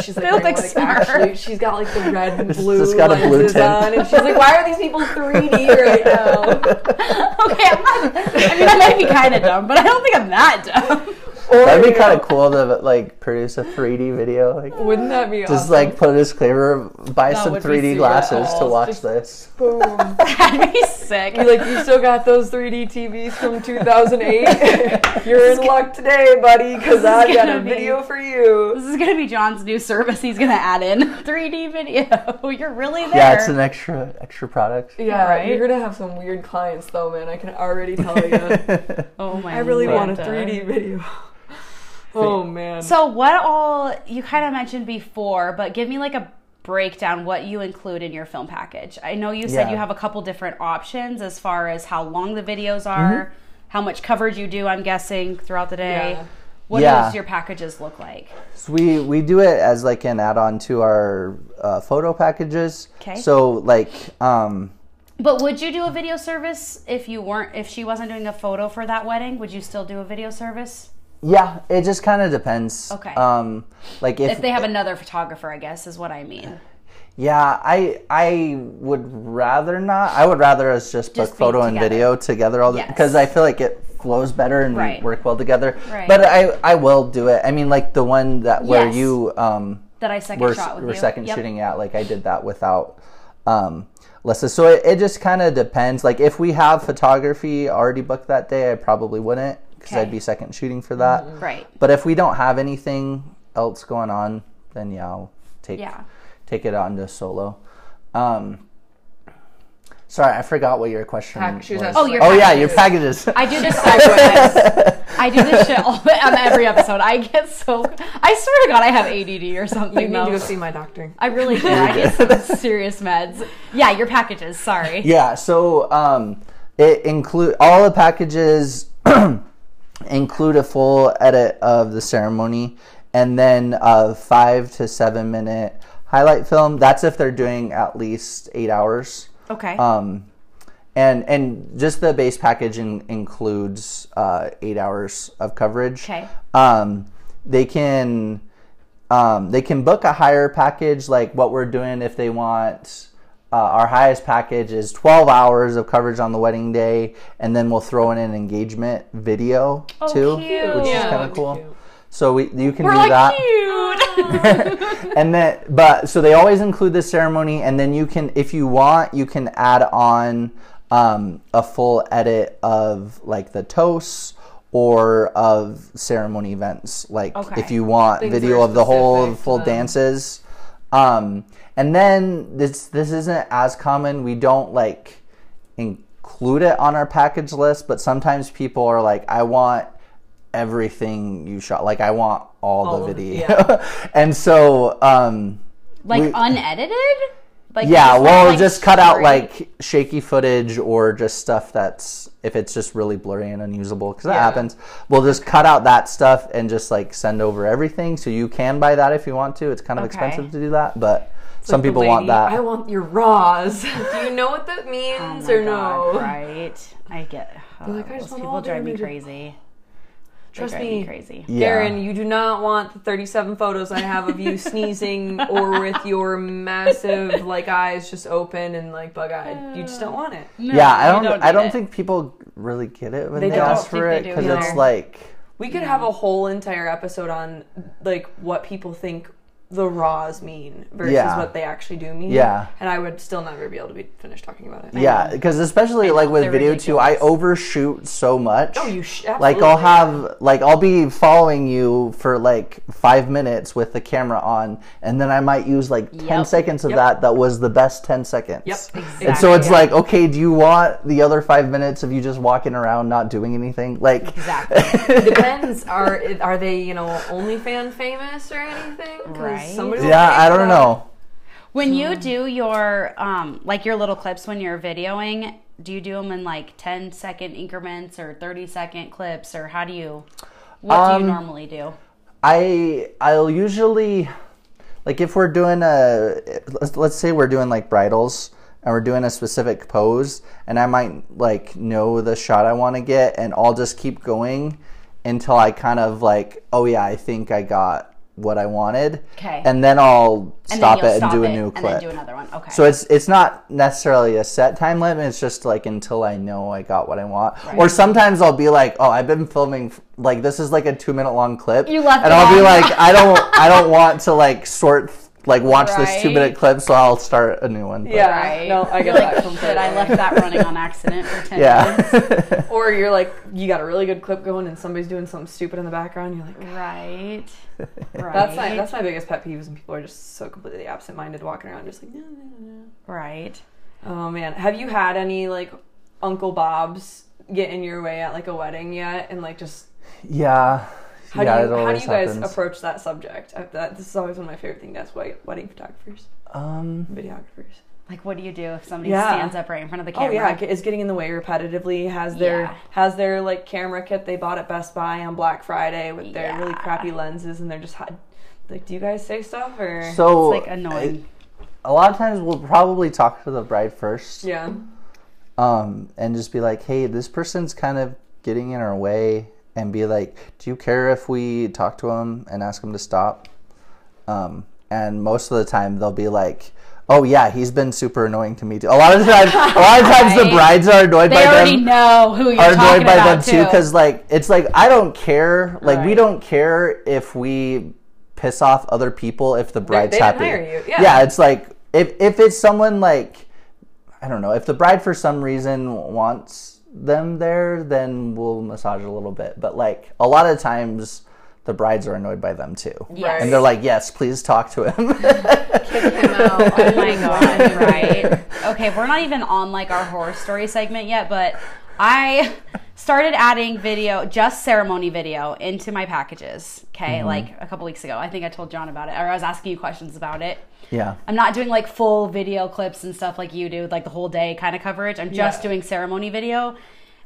She's [LAUGHS] like, they look like "Wait, what, smurfs. actually, she's got like the red and blue just got a blue lenses tint. on, and she's like, "Why are these people 3D [LAUGHS] right now?" [LAUGHS] okay, I'm not. I mean, I might be kind of dumb, but I don't think I'm that dumb. [LAUGHS] That'd be kind of cool to like produce a 3D video. Like, Oh, Wouldn't that be just awesome? like put a disclaimer, buy That some would be 3D super glasses to awesome. watch this. [LAUGHS] boom. That'd be sick. You're like, you still got those 3D TVs from [LAUGHS] 2008. You're in luck today, buddy, because I've got gonna a be- video for you. This is gonna be John's new service. He's gonna add in [LAUGHS] 3D video. You're really there. Yeah, it's an extra extra product. Yeah, Right? you're gonna have some weird clients though, man. I can already tell you. [LAUGHS] oh my! I really Lanta. want a 3D video. oh man. So what all you kind of mentioned before, but give me like a breakdown what you include in your film package. I know you said Yeah. you have a couple different options as far as how long the videos Mm-hmm. are, how much coverage you do. I'm guessing throughout the day. Yeah. What Yeah. does your packages look like? So we we do it as like an add-on to our uh, photo packages. 'Kay. So like um But would you do a video service if you weren't if she wasn't doing a photo for that wedding? Would you still do a video service? yeah, it just kind of depends. Okay. Um like if, If they have another photographer, I guess is what I mean. yeah, I I would rather not. I would rather us Just just, book be photo and together. video together all the Yes. because I feel like it flows better and Right. we work well together. Right. But I I will do it. I mean like the one that where Yes. you um That I 2nd we're, shot with we're you. second Yep. shooting at like i did that without um Lissa. so it, it just kind of depends like if we have photography already booked that day i probably wouldn't because Okay. Mm-hmm. i'd be second shooting for that Right. but if we don't have anything else going on then yeah i'll take Yeah. take it on to solo um sorry i forgot what your question Pack- she was was. asking Oh, your oh yeah packages. your packages I do this. I, I do this shit all, on every episode. I get so. I swear to God, I have ADD or you something. need to go Though. see my doctor. I really do. I get some [LAUGHS] serious meds. Yeah, your packages. Sorry. Yeah, so um, it include all the packages [CLEARS THROAT] include a full edit of the ceremony, and then a five to seven minute highlight film. That's if they're doing at least eight hours. Okay. Um, and and just the base package in, includes uh, eight hours of coverage. Okay. Um, they can um, they can book a higher package like what we're doing if they want. Uh, our highest package is 12 hours of coverage on the wedding day, and then we'll throw in an engagement video Oh, too, cute. which Yeah, is kind that'd of be cool. cute. So we you can We're do like that cute. [LAUGHS] and then but so they always include the ceremony and then you can if you want you can add on um, a full edit of like the toasts or of ceremony events like Okay. if you want Things video that are of the whole specific to full them. dances um, and then this this isn't as common we don't like include it on our package list but sometimes people are like i want everything you shot like i want all, All the of it, video [LAUGHS] and so um like We- unedited. Like yeah you just well wanna, like, just cut out story- like shaky footage or just stuff that's if it's just really blurry and unusable because that Yeah. happens we'll just cut out that stuff and just like send over everything so you can buy that if you want to it's kind of Okay. expensive to do that but some Like the people want lady, that I want your raws. do you know what [LAUGHS] that Oh means my or God, no? Right. I get. Oh, like, I those just want people all the drive me images. crazy. They Trust drive me. crazy. Yeah. Darren, you do not want the 37 photos I have of [LAUGHS] you sneezing or with your massive like eyes just open and like bug eyed. You just don't want it. No, yeah, I you don't. I need don't it. think people really get it when They they, don't. ask I don't for it think they do because either. it's like We could have a whole entire episode on like what people think the raws mean versus Yeah. what they actually do mean. Yeah. And I would still never be able to be finished talking about it. yeah, because especially like with they're video too, I overshoot so much. Oh, you sh- like I'll absolutely. have like I'll be following you for like five minutes with the camera on, and then I might use like ten Yep. seconds of Yep. that that was the best ten seconds. Yep. And Exactly. so it's like, okay, do you want the other five minutes of you just walking around not doing anything? Like, Exactly. [LAUGHS] It depends. Are are they you know OnlyFan famous or anything? 'Cause Right. somebody will yeah, pay I for don't that. know. When you do your um like your little clips when you're videoing, do you do them in like 10 second increments or 30 second clips or how do you what Um, do you normally do? I I'll usually like if we're doing a let's, let's say we're doing like bridals and we're doing a specific pose and I might like know the shot I want to get and I'll just keep going until I kind of like oh yeah I think I got what I wanted Okay. and then I'll And then stop you'll it and do a it new And then clip do another one. Okay. so it's it's not necessarily a set time limit. It's just like until I know I got what I want. Or sometimes I'll be like, oh, I've been filming f- like this is like a two minute long clip. You left and it I'll be on. like, I don't I don't want to like sort like watch this two minute Right. clip, so I'll start a new one. But- Yeah. right? No, I You're get like, that "Shit, I completely. left that running on accident for 10 minutes. Yeah. [LAUGHS] Or you're like you got a really good clip going and somebody's doing something stupid in the background. You're like. [LAUGHS] Right. [LAUGHS] Right. That's my that's my biggest pet peeve is when people are just so completely absent minded walking around just like no no no. right. Oh man, have you had any like Uncle Bob's get in your way at like a wedding yet? And like just yeah. how yeah, do you how it do always you guys happens. approach that subject? I, that, this is always one of my favorite things. That's why wedding photographers, um, videographers. Like what do you do if somebody Yeah. stands up right in front of the Oh camera? yeah, is getting in the way repetitively. Has their Yeah. has their like camera kit they bought at Best Buy on Black Friday with their really Yeah. crappy lenses, and they're just hi- like, do you guys say stuff or so It's like annoying. a lot of times we'll probably talk to the bride first. yeah? um, and just be like, hey, this person's kind of getting in our way, and be like, do you care if we talk to them and ask them to stop? Um, and most of the time, they'll be like, oh yeah, he's been super annoying to me too. A lot of times, a lot of times the Right. brides are annoyed they by already them. know who you're Are talking annoyed by them about too because like it's like I don't care. Like we Right. don't care if we piss off other people if the bride's they didn't happy. hire you, yeah. it's like if if it's someone like I don't know if the bride for some reason wants them there, then we'll massage a little bit. But like a lot of times, the brides are annoyed by them too, Yes. and they're like, "Yes, please talk to him." [LAUGHS] oh, oh my god, right? Okay, we're not even on like our horror story segment yet, but I started adding video, just ceremony video, into my packages. Okay, like a couple weeks ago, I think I told John about it, or I was asking you questions about it. yeah, I'm not doing like full video clips and stuff like you do, like the whole day kind of coverage. I'm just doing ceremony video.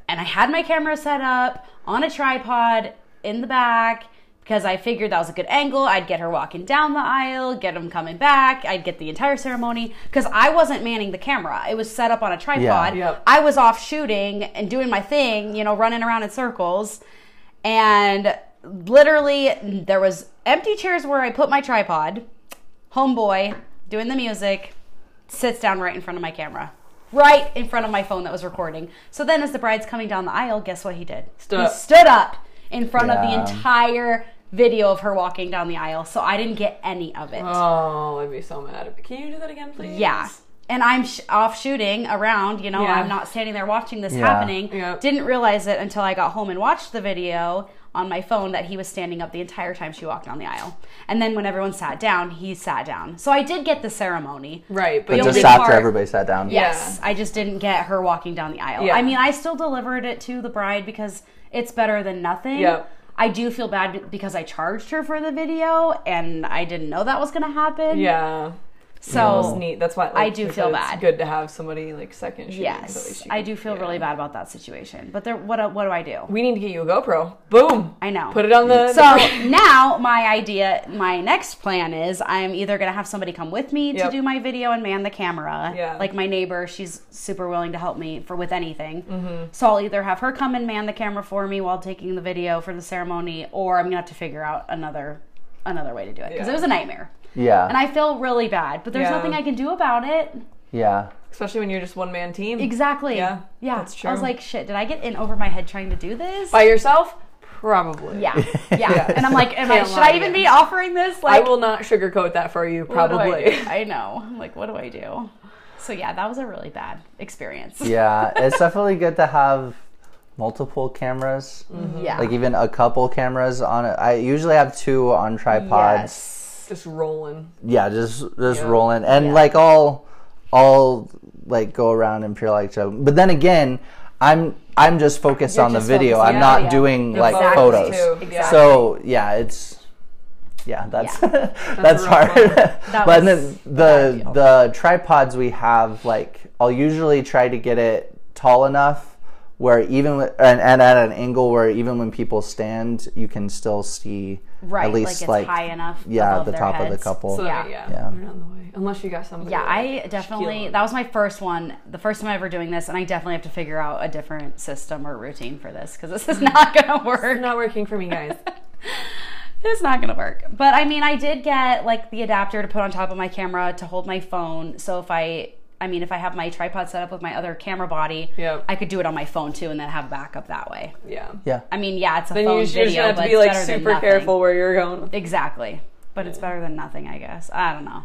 And I had my camera set up on a tripod in the back because I figured that was a good angle. I'd get her walking down the aisle, get them coming back, I'd get the entire ceremony because I wasn't manning the camera. It was set up on a tripod. Yep. I was off shooting and doing my thing, you know, running around in circles. And literally there was empty chairs where I put my tripod homeboy doing the music sits down right in front of my camera right in front of my phone that was recording so then as the bride's coming down the aisle guess what he did Stood he up. stood up in front Yeah. of the entire video of her walking down the aisle so i didn't get any of it Oh, I'd be so mad. Can you do that again, please? yeah and i'm sh- off shooting around you know Yeah. i'm not standing there watching this Yeah. happening Yep. didn't realize it until i got home and watched the video on my phone that he was standing up the entire time she walked down the aisle and then when everyone sat down he sat down so i did get the ceremony Right, but, but you just did- stop- after part- everybody sat down. Yes, I just didn't get her walking down the aisle. Yeah. I mean, I still delivered it to the bride because it's better than nothing. Yep. I do feel bad because I charged her for the video and I didn't know that was going to happen. Yeah. You almost So need- that's why like, Oh. I do they said feel it's bad. Good to have somebody like second shooting. so at yes, least you I can- do feel yeah. really bad about that situation. But there, what what do I do? We need to get you a GoPro. Boom. I know. Put it on the. So the- [LAUGHS] now my idea, my next plan is I'm either gonna have somebody come with me Yep. to do my video and man the camera. Yeah. Like my neighbor, she's super willing to help me for with anything. Mm-hmm. So I'll either have her come and man the camera for me while taking the video for the ceremony, or I'm gonna have to figure out another another way to do it because Yeah. it was a nightmare. Yeah. And I feel really bad, but there's Yeah. nothing I can do about it. yeah. especially when you're just one man team. Exactly. Yeah, Yeah. that's I was true. like, shit, did I get in over my head trying to do this? By yourself, probably. [LAUGHS] yeah. yeah. And I'm like, am I, Can't should lie, I even yeah. be offering this? Like, I will not sugarcoat that for you. What do I Probably. do? I, know. I'm Like, what do I do? So yeah, that was a really bad experience. Yeah. it's definitely good to have multiple cameras. Mm-hmm. Yeah. Like even a couple cameras on it. I usually have two on tripods. Yes. [LAUGHS] Just rolling. Yeah, just just Yeah. rolling. And Yeah. like all all like go around and pure like so. But then again, I'm I'm just focused You're on just the video. focused- I'm yeah, not yeah. doing The like photos, photos. too. Yeah. So yeah, it's yeah, that's [LAUGHS] Yeah. that's, a rough hard. [LAUGHS] one. That but was then the deal. the tripods we have, like I'll usually try to get it tall enough where even with, and, and at an angle where even when people stand, you can still see Right. at like least it's like, high enough. yeah above the their top of heads. the couple. So Yeah. yeah. yeah, Yeah. They're not in the way unless you got somebody. Yeah, like, I definitely Shaquille. that was my first one, the first time I ever doing this, and I definitely have to figure out a different system or routine for this because this is not gonna work. Mm. It's not working for me, [LAUGHS] guys. It's not gonna work. But I mean, I did get like the adapter to put on top of my camera to hold my phone. So if I, I mean, if I have my tripod set up with my other camera body, Yep. I could do it on my phone too, and then have backup that way. yeah. Yeah. I mean, yeah, it's a Then phone you just, you're just video, gonna have to but be it's like better than super nothing. careful where you're going. Exactly, but it's better than nothing, I guess. I don't know.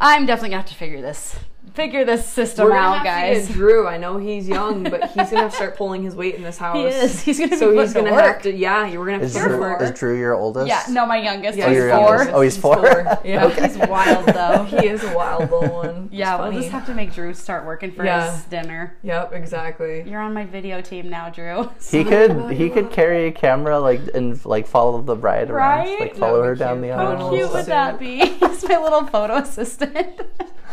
I'm definitely gonna have to figure this, figure this system We're gonna out, have guys. to get Drew. I know he's young, but he's gonna have to start pulling his weight in [LAUGHS] this house. He is. He's gonna So be he's put gonna to work. have to. Yeah, you're gonna have Is to put Drew, work. is Drew your [LAUGHS] oldest? Yeah, no, my youngest. Yeah, Oh, is your four. youngest. Oh, he's four. [LAUGHS] Yeah. He's [LAUGHS] wild though. He is a wild little [LAUGHS] one. It's Yeah, we'll funny. just have to make Drew start working for Yeah. his dinner. Yep, exactly. You're on my video team now, Drew. [LAUGHS] He could he could carry a camera like and like follow the bride around, Right? like That follow her would be down the cute. aisle. How Oh, and cute stuff. would that be? [LAUGHS] He's my little photo assistant. [LAUGHS]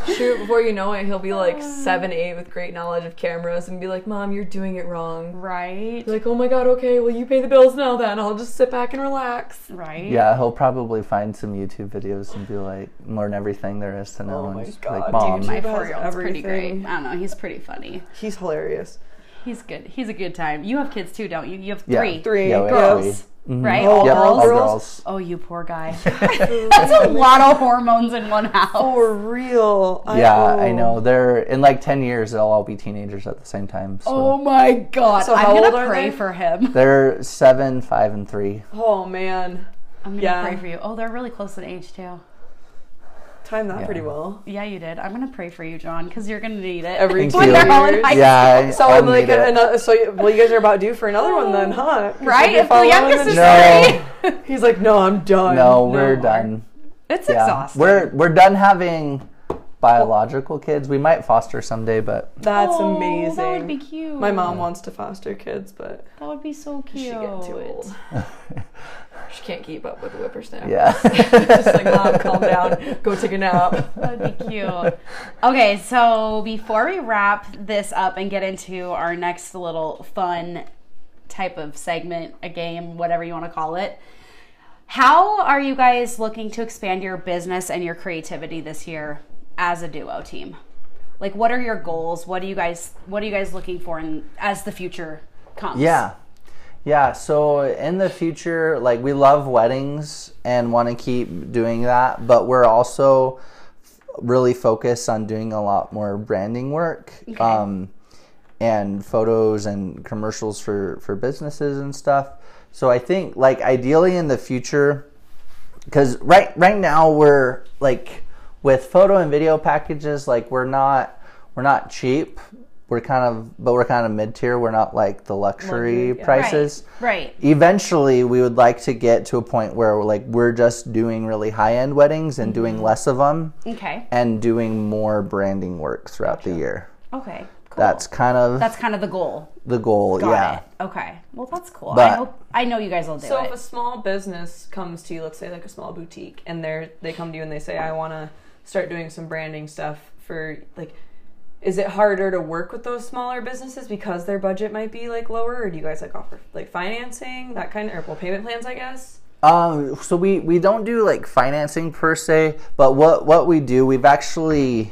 Shoot, before you know it, he'll be like [SIGHS] seven, eight with great knowledge of cameras and be like, Mom, you're doing it wrong. right. Be like, oh my god, okay, well, you pay the bills now then. I'll just sit back and relax. Right. Yeah, he'll probably find some YouTube videos and be like, learn everything there is to know, Oh my and just be God, like, dude, mom, My He has four year old's pretty everything. great. I don't know. He's pretty funny. He's hilarious. He's good. He's a good time. You have kids too, don't you? You have Yeah. three. Three Yeah, we have girls. three. Right? All Yep, girls? all Girls? girls. Oh, you poor [LAUGHS] guy. That's a lot of hormones in one house. For real. Yeah, I oh. know. They're in like ten years. They'll all be teenagers at the same time. So Oh my god. So how I'm old gonna are pray they? for him. they're seven, five, and three. Oh man. I'm gonna Yeah. pray for you. Oh, they're really close in age too. Timed that Yeah. pretty well. Yeah, you did. I'm gonna pray for you, John, because you're gonna need it. Every Thank two you. they're all in years. high Yeah, I, So I'll I'm like need it. another. So you, well, you guys are about due for another one then, huh? 'Cause [LAUGHS] Oh. Right? you'll be If the following youngest the- is- no, he's like, no, I'm done. no, we're more. done. It's Yeah. exhausting. We're we're done having biological kids. We might foster someday, but That's Oh, amazing. That would be cute. My mom wants to foster kids, but That would be so cute. she getting too [LAUGHS] old. she can't keep up with the whippersnapper. yeah. Just like, mom, calm [LAUGHS] down. Go take a nap. That would be cute. Okay, so before we wrap this up and get into our next little fun type of segment, a game, whatever you want to call it, how are you guys looking to expand your business and your creativity this year as a duo team? Like, what are your goals? What do you guys What are you guys looking for in as the future comes? Yeah. Yeah. So in the future, like we love weddings and want to keep doing that, but we're also really focused on doing a lot more branding work. Um, and photos and commercials for for businesses and stuff. So I think like ideally in the future cuz right right now we're like with photo and video packages like we're not we're not cheap. We're kind of but we're kind of mid-tier. We're not like the luxury Luxury, yeah. prices. Right. Eventually we would like to get to a point where we're like we're just doing really high-end weddings and doing less of them Okay. and doing more branding work throughout the year. Okay. Cool. That's kind of that's kind of the goal. the goal. Got yeah. it. Okay. Well, that's cool. I But- hope I know you guys will do So it. if a small business comes to you, let's say like a small boutique, and they're they come to you and they say, I want to start doing some branding stuff for like is it harder to work with those smaller businesses because their budget might be like lower or do you guys like offer like financing that kind of or well, payment plans i guess Um, so we, we don't do like financing per se, but what, what we do, we've actually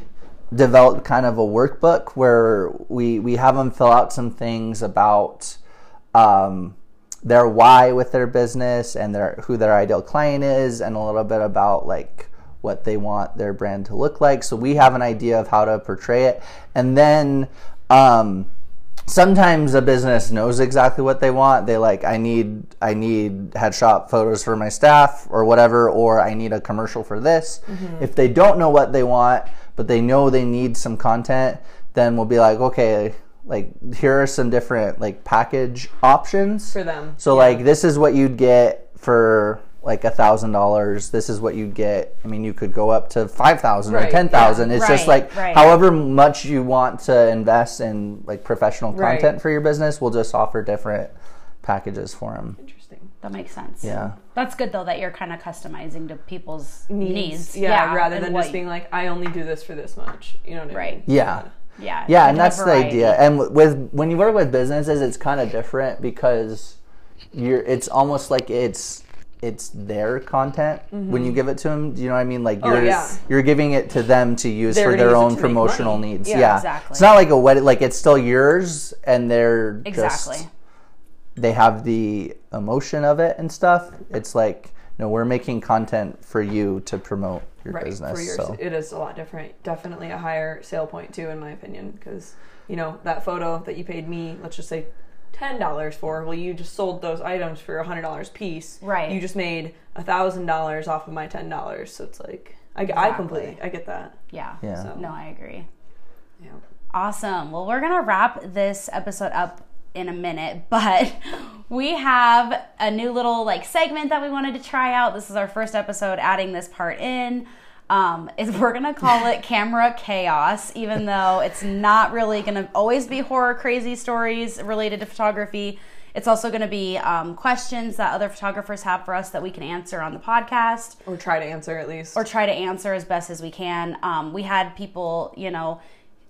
developed kind of a workbook where we, we have them fill out some things about, um, their why with their business and their, who their ideal client is and a little bit about like what they want their brand to look like. So we have an idea of how to portray it. And then, um, sometimes a business knows exactly what they want they like i need i need headshot photos for my staff or whatever or i need a commercial for this if they don't know what they want but they know they need some content then we'll be like okay like here are some different like package options for them so like this is what you'd get for like a thousand dollars. This is what you'd get. I mean, you could go up to five thousand Right, or ten thousand. yeah. it's just Right, like right. however much you want to invest in like professional Right. content for your business, we'll just offer different packages for them. interesting That makes sense. Yeah. That's good though that you're kind of customizing to people's needs. needs, Yeah, rather and than what- just being like i only do this for this much you know what I Right. mean? Yeah. yeah, Yeah, like and a that's the variety. idea. And w- with when you work with businesses, it's kind of different because you're. It's almost like it's it's their content when you give it to them. Do you know what I mean? Like you're Mm-hmm. Oh, yeah. you're giving it to them to use They're for gonna their use it own to make promotional money. needs. Yeah, Yeah, exactly. It's not like a wedding. Like it's still yours, and they're Exactly. Just, they have the emotion of it and stuff. It's like no, we're making content for you to promote your right business. for yours so it is a lot different definitely a higher sale point too in my opinion because you know that photo that you paid me let's just say ten dollars for well you just sold those items for a hundred dollars piece Right. you just made a thousand dollars off of my ten dollars so it's like I, I completely I get that Yeah. Yeah. So- No, I agree. yeah Awesome. Well, we're going to wrap this episode up in a minute, [LAUGHS] but we have a new little like segment that we wanted to try out. This is our first episode adding this part in. Um, is [LAUGHS] we're gonna call it camera chaos, even though it's not really gonna always be horror crazy stories related to photography. It's also gonna be um, questions that other photographers have for us that we can answer on the podcast or try to answer at least or try to answer as best as we can. Um, we had people, you know,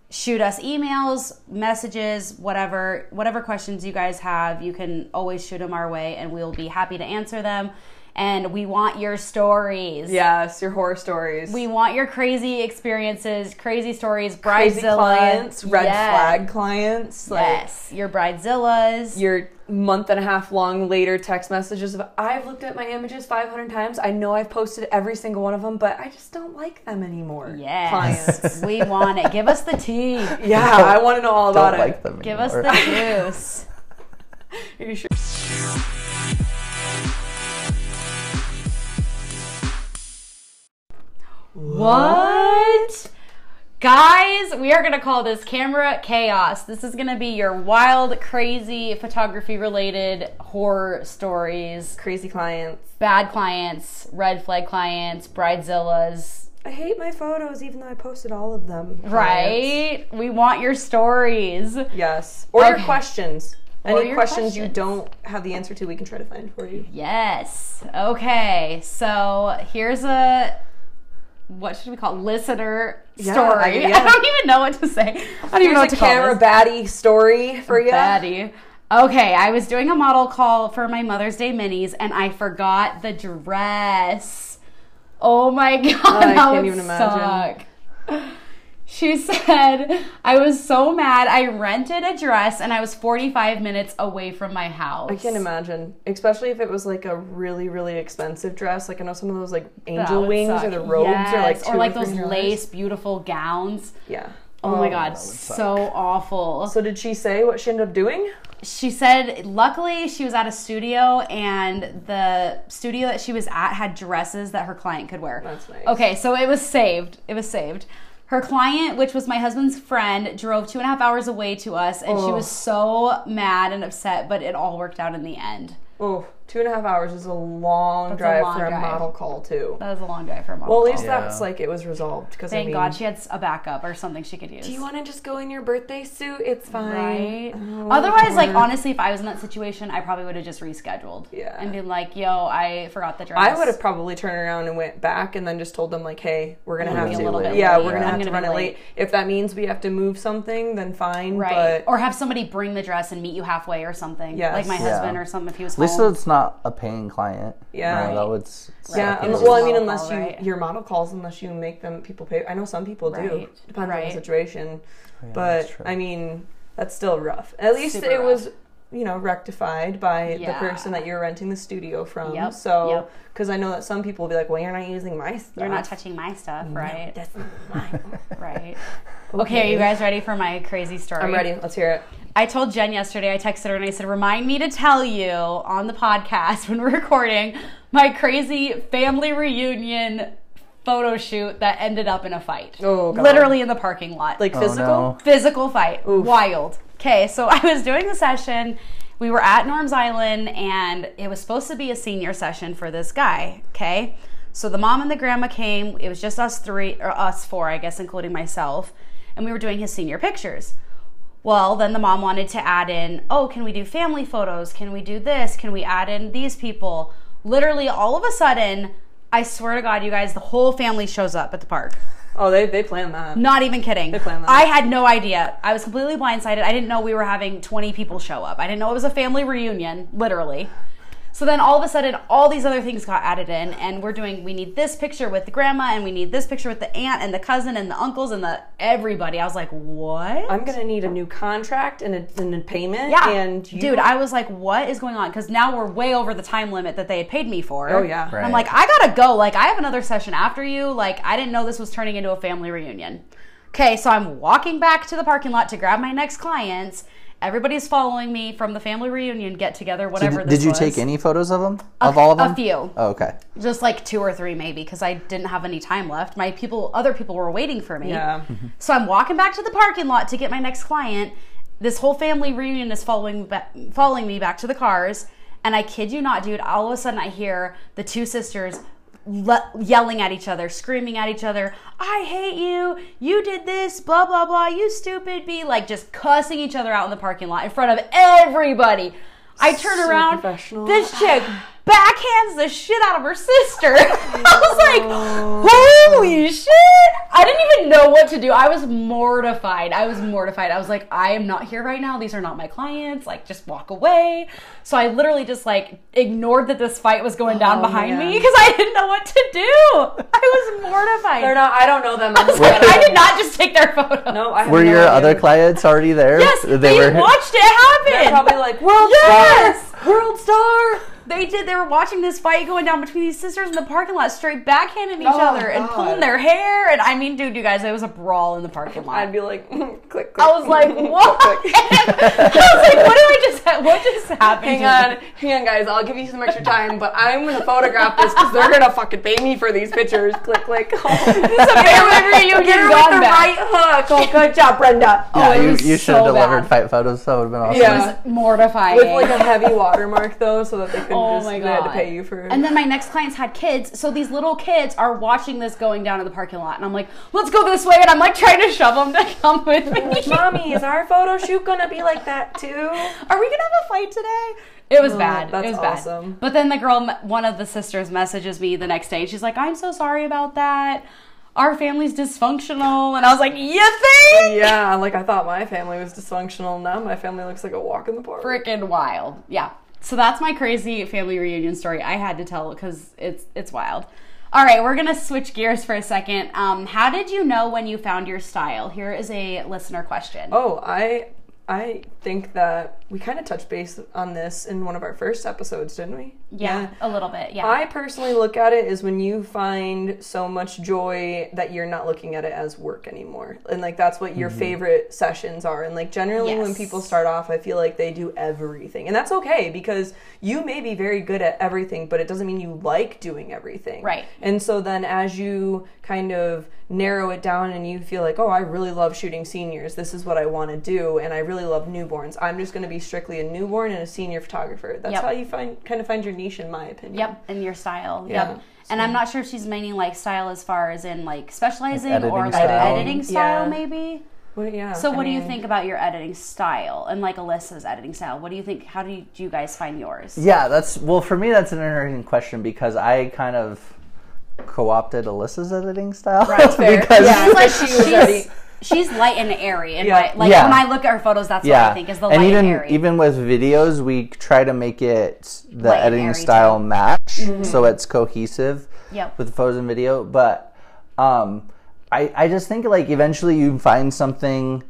shoot us emails, messages, whatever, whatever questions you guys have, you can always shoot them our way, and we'll be happy to answer them. And we want your stories. yes your horror stories We want your crazy experiences, crazy stories, bridezilla crazy clients red Yes. flag clients like Yes, your bridezillas. your month and a half long later text messages of I've looked at my images 500 times. I know I've posted every single one of them, but I just don't like them [LAUGHS] anymore. Clients. yes, we want it. Give us the tea. yeah, I want to know all don't about it. like them. Give us anymore. the juice. Are you sure? What? Guys, we are going to call this camera chaos. This is going to be your wild, crazy photography related horror stories. Crazy clients. Bad clients, red flag clients, bridezillas, I hate my photos even though I posted all of them. clients. right? We want your stories. Yes. Or your Okay. questions. Any your questions, you questions. don't have the answer to, we can try to find for you. Yes. Okay. So here's a what should we call it? listener Yeah, story? I- yeah. [LAUGHS] I don't even know what to say. I don't even Here's know what a to call camera this. baddie story for you. Daddy. Okay, I was doing a model call for my Mother's Day minis and I forgot the dress. Oh my [LAUGHS] god, I I can't would even imagine. suck. She said, I was so mad. I rented a dress and I was 45 minutes away from my house. I can't imagine, especially if it was like a really, really expensive dress. Like I know some of those like That angel would wings suck. or the robes are like Yes, two or like or those $3. lace, beautiful gowns. Yeah. Oh, my god, so awful. So did she say what she ended up doing? she said luckily she was at a studio and the studio that she was at had dresses that her client could wear. That's nice. Okay, so it was saved. It was saved. Her client, which was my husband's friend, drove two and a half hours away to us and she was so mad and upset, but it all worked out in the end. Oh, Two and a half hours is a long That's a drive long for drive. a model call too. That was a long drive for a mom. Well, at least Yeah. that's like it was resolved because I Thank mean, God she had s- a backup or something she could use. do you want to just go in your birthday suit? It's fine. Right. Oh, Otherwise, like Lord. honestly, if I was in that situation, I probably would have just rescheduled. Yeah. And been like, "Yo, I forgot the dress." I would have probably turned around and went back and then just told them like, "Hey, we're gonna We're have gonna be to, a little bit yeah, late. we're gonna I'm have to gonna run be it late. If that means we have to move something, then fine. right. But or have somebody bring the dress and meet you halfway or something. Yes. Like my Yeah. husband or something if he was At least home. it's not a paying client. Yeah. You know, though it's, it's yeah, not um, a It's well, I a mean, model unless call, you right? your model calls, unless you make them people pay. I know some people do. Right. Depends on Right. the situation. Oh, Yeah, but that's true. I mean, that's still rough. At least Super it rough. was, you know, rectified by the Yeah. person that you're renting the studio from. Yep, So, yep. because I know that some people will be like, "Well, you're not using my stuff. You're not touching my stuff, right? That's not [LAUGHS] mine." [LAUGHS] right. Okay, are you guys ready for my crazy story? I'm ready. Let's hear it. I told Jen yesterday, I texted her and I said, Remind me to tell you on the podcast [LAUGHS] when we're recording my crazy family reunion photo shoot that ended up in a fight. Oh, God. Literally in the parking lot. Like Oh, physical. no. physical fight. Wild. Okay, so [LAUGHS] I was doing the session. We were at Norm's Island and it was supposed to be a senior session for this guy, okay? So the mom and the grandma came. It was just us three or us four, I guess, including myself, and we were doing his senior pictures. Well, then the mom wanted to add in, "Oh, can we do family photos? Can we do this? Can we add in these people?" Literally all of a sudden, I swear to God, you guys, the whole family shows up at the park. Oh, they they plan that. Not even kidding. planned that. I had no idea. I was completely blindsided. I didn't know we were having 20 people show up. I didn't know it was a family reunion, literally. So then all of a sudden, all these other things got added in, and we're doing, we need this picture with the grandma, and we need this picture with the aunt, and the cousin, and the uncles, and the everybody. I was like, what? I'm gonna need a new contract and a, and a payment. yeah. and you, Dude, I was like, what is going on? Because now we're way over the time limit that they had paid me for. Oh, yeah. I'm Right. like, I gotta go. Like, I have another session after you. Like, I didn't know this was turning into a family reunion. Okay, so I'm walking back to the parking lot to grab my next clients. Everybody's following me from the family reunion get together, whatever. Did, this did you was. take any photos of them? Of all of them? A few, Oh, okay. just like two or three, maybe, because I didn't have any time left. My people, other people, were waiting for me. [LAUGHS] yeah. So I'm walking back to the parking lot to get my next client. This whole family reunion is following ba- following me back to the cars, and I kid you not, dude. All of a sudden, I hear the two sisters le- yelling at each other, screaming at each other. I hate you. You did this. Blah blah blah. You stupid bee. Like just cussing each other out in the parking lot in front of everybody. I turn So around. professional. This chick backhands the shit out of her sister. [LAUGHS] I was like, holy shit. I didn't even know what to do. I was mortified. I was mortified. I was like, I am not here right now. These are not my clients. Like, just walk away. So I literally just like ignored that this fight was going down Oh, behind me man. because I didn't know what to do. I was mortified. They're not. I don't know them. Like, I did not just take their photo. No, I have Were no your idea. other clients already there? Yes, they, watched it They're happen. probably like world Yes! star, world star. They did. They were watching this fight going down between these sisters in the parking lot, straight backhanding each Oh, other and God. pulling their hair. And I mean, dude, you guys, it was a brawl in the parking lot. I'd be like, [LAUGHS] click, click. I was [LAUGHS] like, what? [LAUGHS] I was like, what do I just? ha- What just happened? Hang to me? on, hang on, guys. I'll give you some extra time, but I'm gonna photograph this because they're gonna fucking pay me for these pictures. [LAUGHS] click, click. Oh, It's a family reunion Get her with gone the back. right hook. Oh, good job, Brenda. [LAUGHS] Yeah, it you, was you should have so delivered bad. fight photos. That would have been awesome. Yeah. It was mortifying. With like a heavy watermark though, so that they couldn't [LAUGHS] Oh just my they had to God. pay you for. And then my next clients had kids, so these little kids are watching this going down in the parking lot, and I'm like, "Let's go this way," and I'm like trying to shove them to come with me. [LAUGHS] Mommy, is our photo shoot gonna be like that too? Are we gonna have a fight today? It was Oh, bad. that's it was bad. awesome. But then the girl, one of the sisters, messages me the next day. and She's like, "I'm so sorry about that. Our family's dysfunctional." And I was like, "You think?" Yeah, like I thought my family was dysfunctional. Now my family looks like a walk in the park. Freaking wild. Yeah. So that's my crazy family reunion story I had to tell because it's it's wild. All right, we're gonna switch gears for a second. Um, how did you know when you found your style? Here is a listener question. Oh, I I think that we kind of touched base on this in one of our first episodes, didn't we? yeah, a little bit. Yeah. I personally look at it as when you find so much joy that you're not looking at it as work anymore. And like that's what your favorite sessions are. And like generally when Mm-hmm. Yes. people start off, I feel like they do everything. And that's okay because you may be very good at everything, but it doesn't mean you like doing everything. Right. And so then as you kind of narrow it down and you feel like, oh, I really love shooting seniors. This is what I want to do, and I really love newborns. I'm just going to be strictly a newborn and a senior photographer. That's Yep. how you find kind of find your niche, in my opinion. Yep, and your style. Yeah, Yep. And I'm not sure if she's meaning like style as far as in like specializing Like or editing like style. editing style, Yeah. maybe. Well, yeah. So, I what do you mean, think about your editing style and like Alyssa's editing style? What do you think? How do you, do you guys find yours? Yeah, that's well for me. That's an interesting question because I kind of co-opted Alyssa's editing style [LAUGHS] That's fair. because yeah, She's like because she was already- she's, she's light and airy, and Yeah. like- like Yeah. when I look at her photos, that's what I think is the light and even and airy. even with videos, we try to make it the Light and editing airy, style match, so it's cohesive. Mm-hmm. Yep. With photos and video, but um, I I just think like eventually you find something.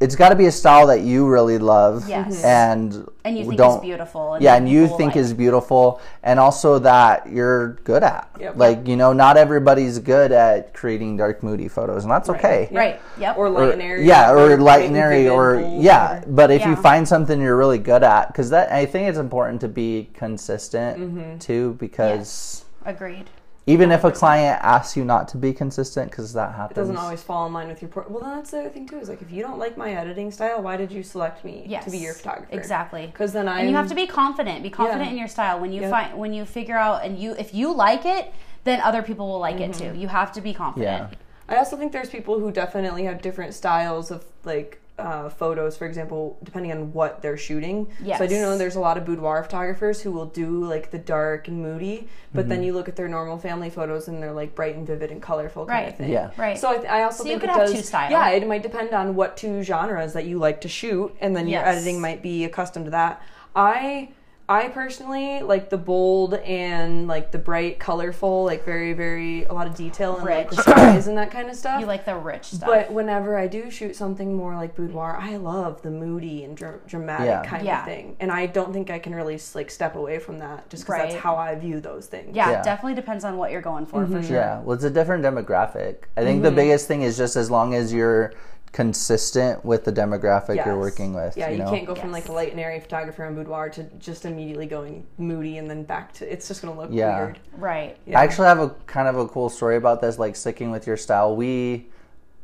It's got to be a style that you really love, Yes. Mhm. and and you think don't, is beautiful. And yeah, that and you people think like. is beautiful, and also that you're good at. Yep. Like you know, not everybody's good at creating dark, moody photos, and that's okay. right. Yep. or Or- light and airy. yeah, or light and big, airy, vivid, or bold, yeah. whatever. But if you Yeah. find something you're really good at, because that I think it's important to be consistent Mm-hmm. too, because Agreed. even if a client asks you not to be consistent, because that happens, It doesn't always fall in line with your port. Well, that's the other thing too. Is like if you don't like my editing style, why did you select me Yes. to be your photographer? Exactly. Because then I and you have to be confident be confident in your style when you Yep. find when you figure out and you if you like it then other people will like Mm-hmm. it too you have to be confident Yeah. I also think there's people who definitely have different styles of like uh, photos, for example, depending on what they're shooting. So I do Yes. know there's a lot of boudoir photographers who will do like the dark and moody, but then you look at their normal family photos and they're like bright and vivid and colorful kind Right. of thing. Yeah. right So I, th- I So also you think could it have does, two styles. Yeah, it might depend on what two genres that you like to shoot, and then your Yes. editing might be accustomed to that. I I personally like the bold and like the bright, colorful, like very very a lot of detail and like the Rich. skies and that kind of stuff. you like the rich stuff but whenever I do shoot something more like boudoir, I love the moody and dra- dramatic Yeah. kind Yeah. of thing, and I don't think I can really like step away from that just because Right. that's how I view those things. yeah, Yeah. definitely depends on what you're going for Mm-hmm. for sure Yeah, well, it's a different demographic. I think the biggest thing is just as long as you're consistent with the demographic you're Yes. working with. Yeah, you, you, know? can't go from like Yes. a light and airy photographer on boudoir to just immediately going moody and then back to it's just gonna look Yeah. weird. right Yeah. I actually have a kind of a cool story about this, like sticking with your style. We,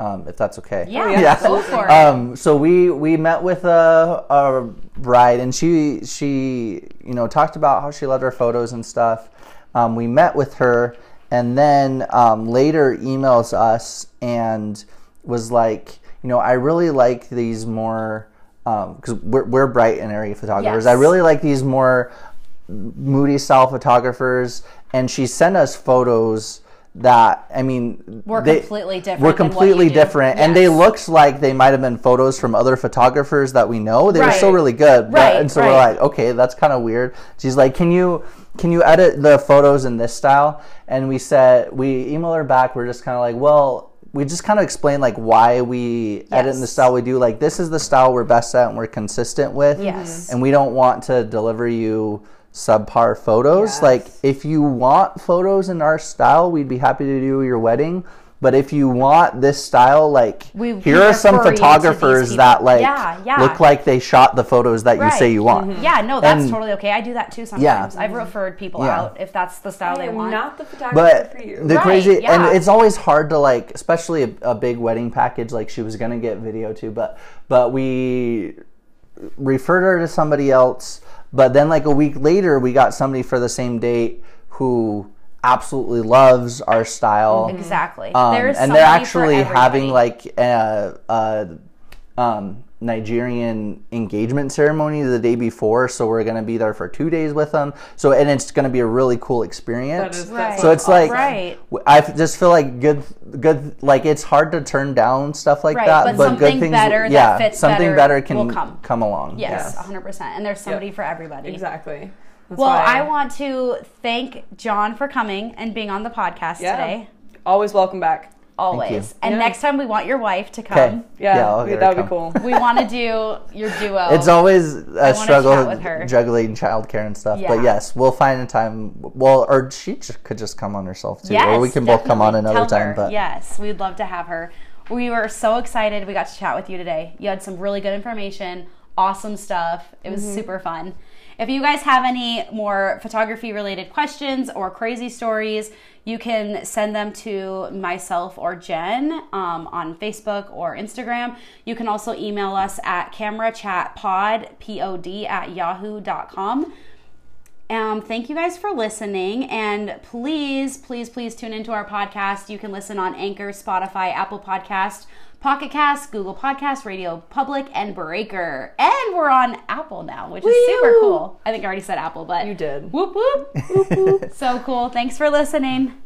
um, if that's okay. yeah, yeah. go for it Um, so we we met with a, a bride, and she she you know talked about how she loved her photos and stuff. Um, we met with her, and then um, later emails us and was like, you know, I really like these more because we're we're bright and airy photographers. I Yes. really like these more moody style photographers, and she sent us photos that I mean We're they- completely different We're than what you completely do. different, and they Yes. looked like they might have been photos from other photographers that we know. They were still Right. really good, but- Right, and so we're right. like, okay, that's kind of weird. She's like, can you can you edit the photos in this style? And we said we emailed her back. We're just kind of like, well. We just kind of explained like why we edit in the Yes. style we do. Like this is the style we're best at and we're consistent with Mm-hmm. Yes. and we don't want to deliver you subpar photos. Yes. Like if you want photos in our style, we'd be happy to do your wedding. But if you want this style, like We- here we are some refer you to these photographers people. that like Yeah, yeah. look like they shot the photos that you Right. Mm-hmm. say you want. Mm-hmm. yeah no that's And- totally okay i do that too sometimes i've referred people Yeah. out if that's the style I they am want not the photographer But for you. the Right, crazy, yeah. and it's always hard to like, especially a, a big wedding package. Like she was gonna get video too, but but we referred her to somebody else. But then like a week later, we got somebody for the same date who absolutely loves our style. Mm-hmm. exactly Um, there's and they're somebody for actually having everybody. like a, a um, Nigerian engagement ceremony the day before, so we're gonna be there for two days with them. So and it's gonna be a really cool experience. is- right. So it's like right w- I f- just feel like good, good. Like it's hard to turn down stuff like Right, that, but but good something things, better that yeah, fits something better, better can will come. along. yes yeah. 100% and there's somebody for everybody exactly. That's Well, why I want to thank John for coming and being on the podcast Yeah. today. always welcome back. Always. And Yeah. next time we want your wife to Okay. come. Yeah, I'll we- get her that would to be come. cool. We want to do your duo. [LAUGHS] It's always a chat with struggle her. juggling childcare and stuff, but Yeah. yes, we'll find a time. Well, or she j- could just come on herself too, yes, or we can both come on definitely. another Tell time. her. But yes, we'd love to have her. We were so excited we got to chat with you today. You had some really good information awesome stuff. It Mm-hmm. was super fun. If you guys have any more photography related questions or crazy stories, you can send them to myself or Jen um, on Facebook or Instagram. You can also email us at camerachatpod, P-O-D, at yahoo.com. Um, thank you guys for listening. And please, please, please tune into our podcast. You can listen on Anchor, Spotify, Apple Podcast, Pocket Cast, Google Podcast, Radio Public, and Breaker. And we're on Apple now, which is super cool. I think I already said Apple, but You did. [LAUGHS] Whoop, whoop. whoop, whoop. so cool. Thanks for listening.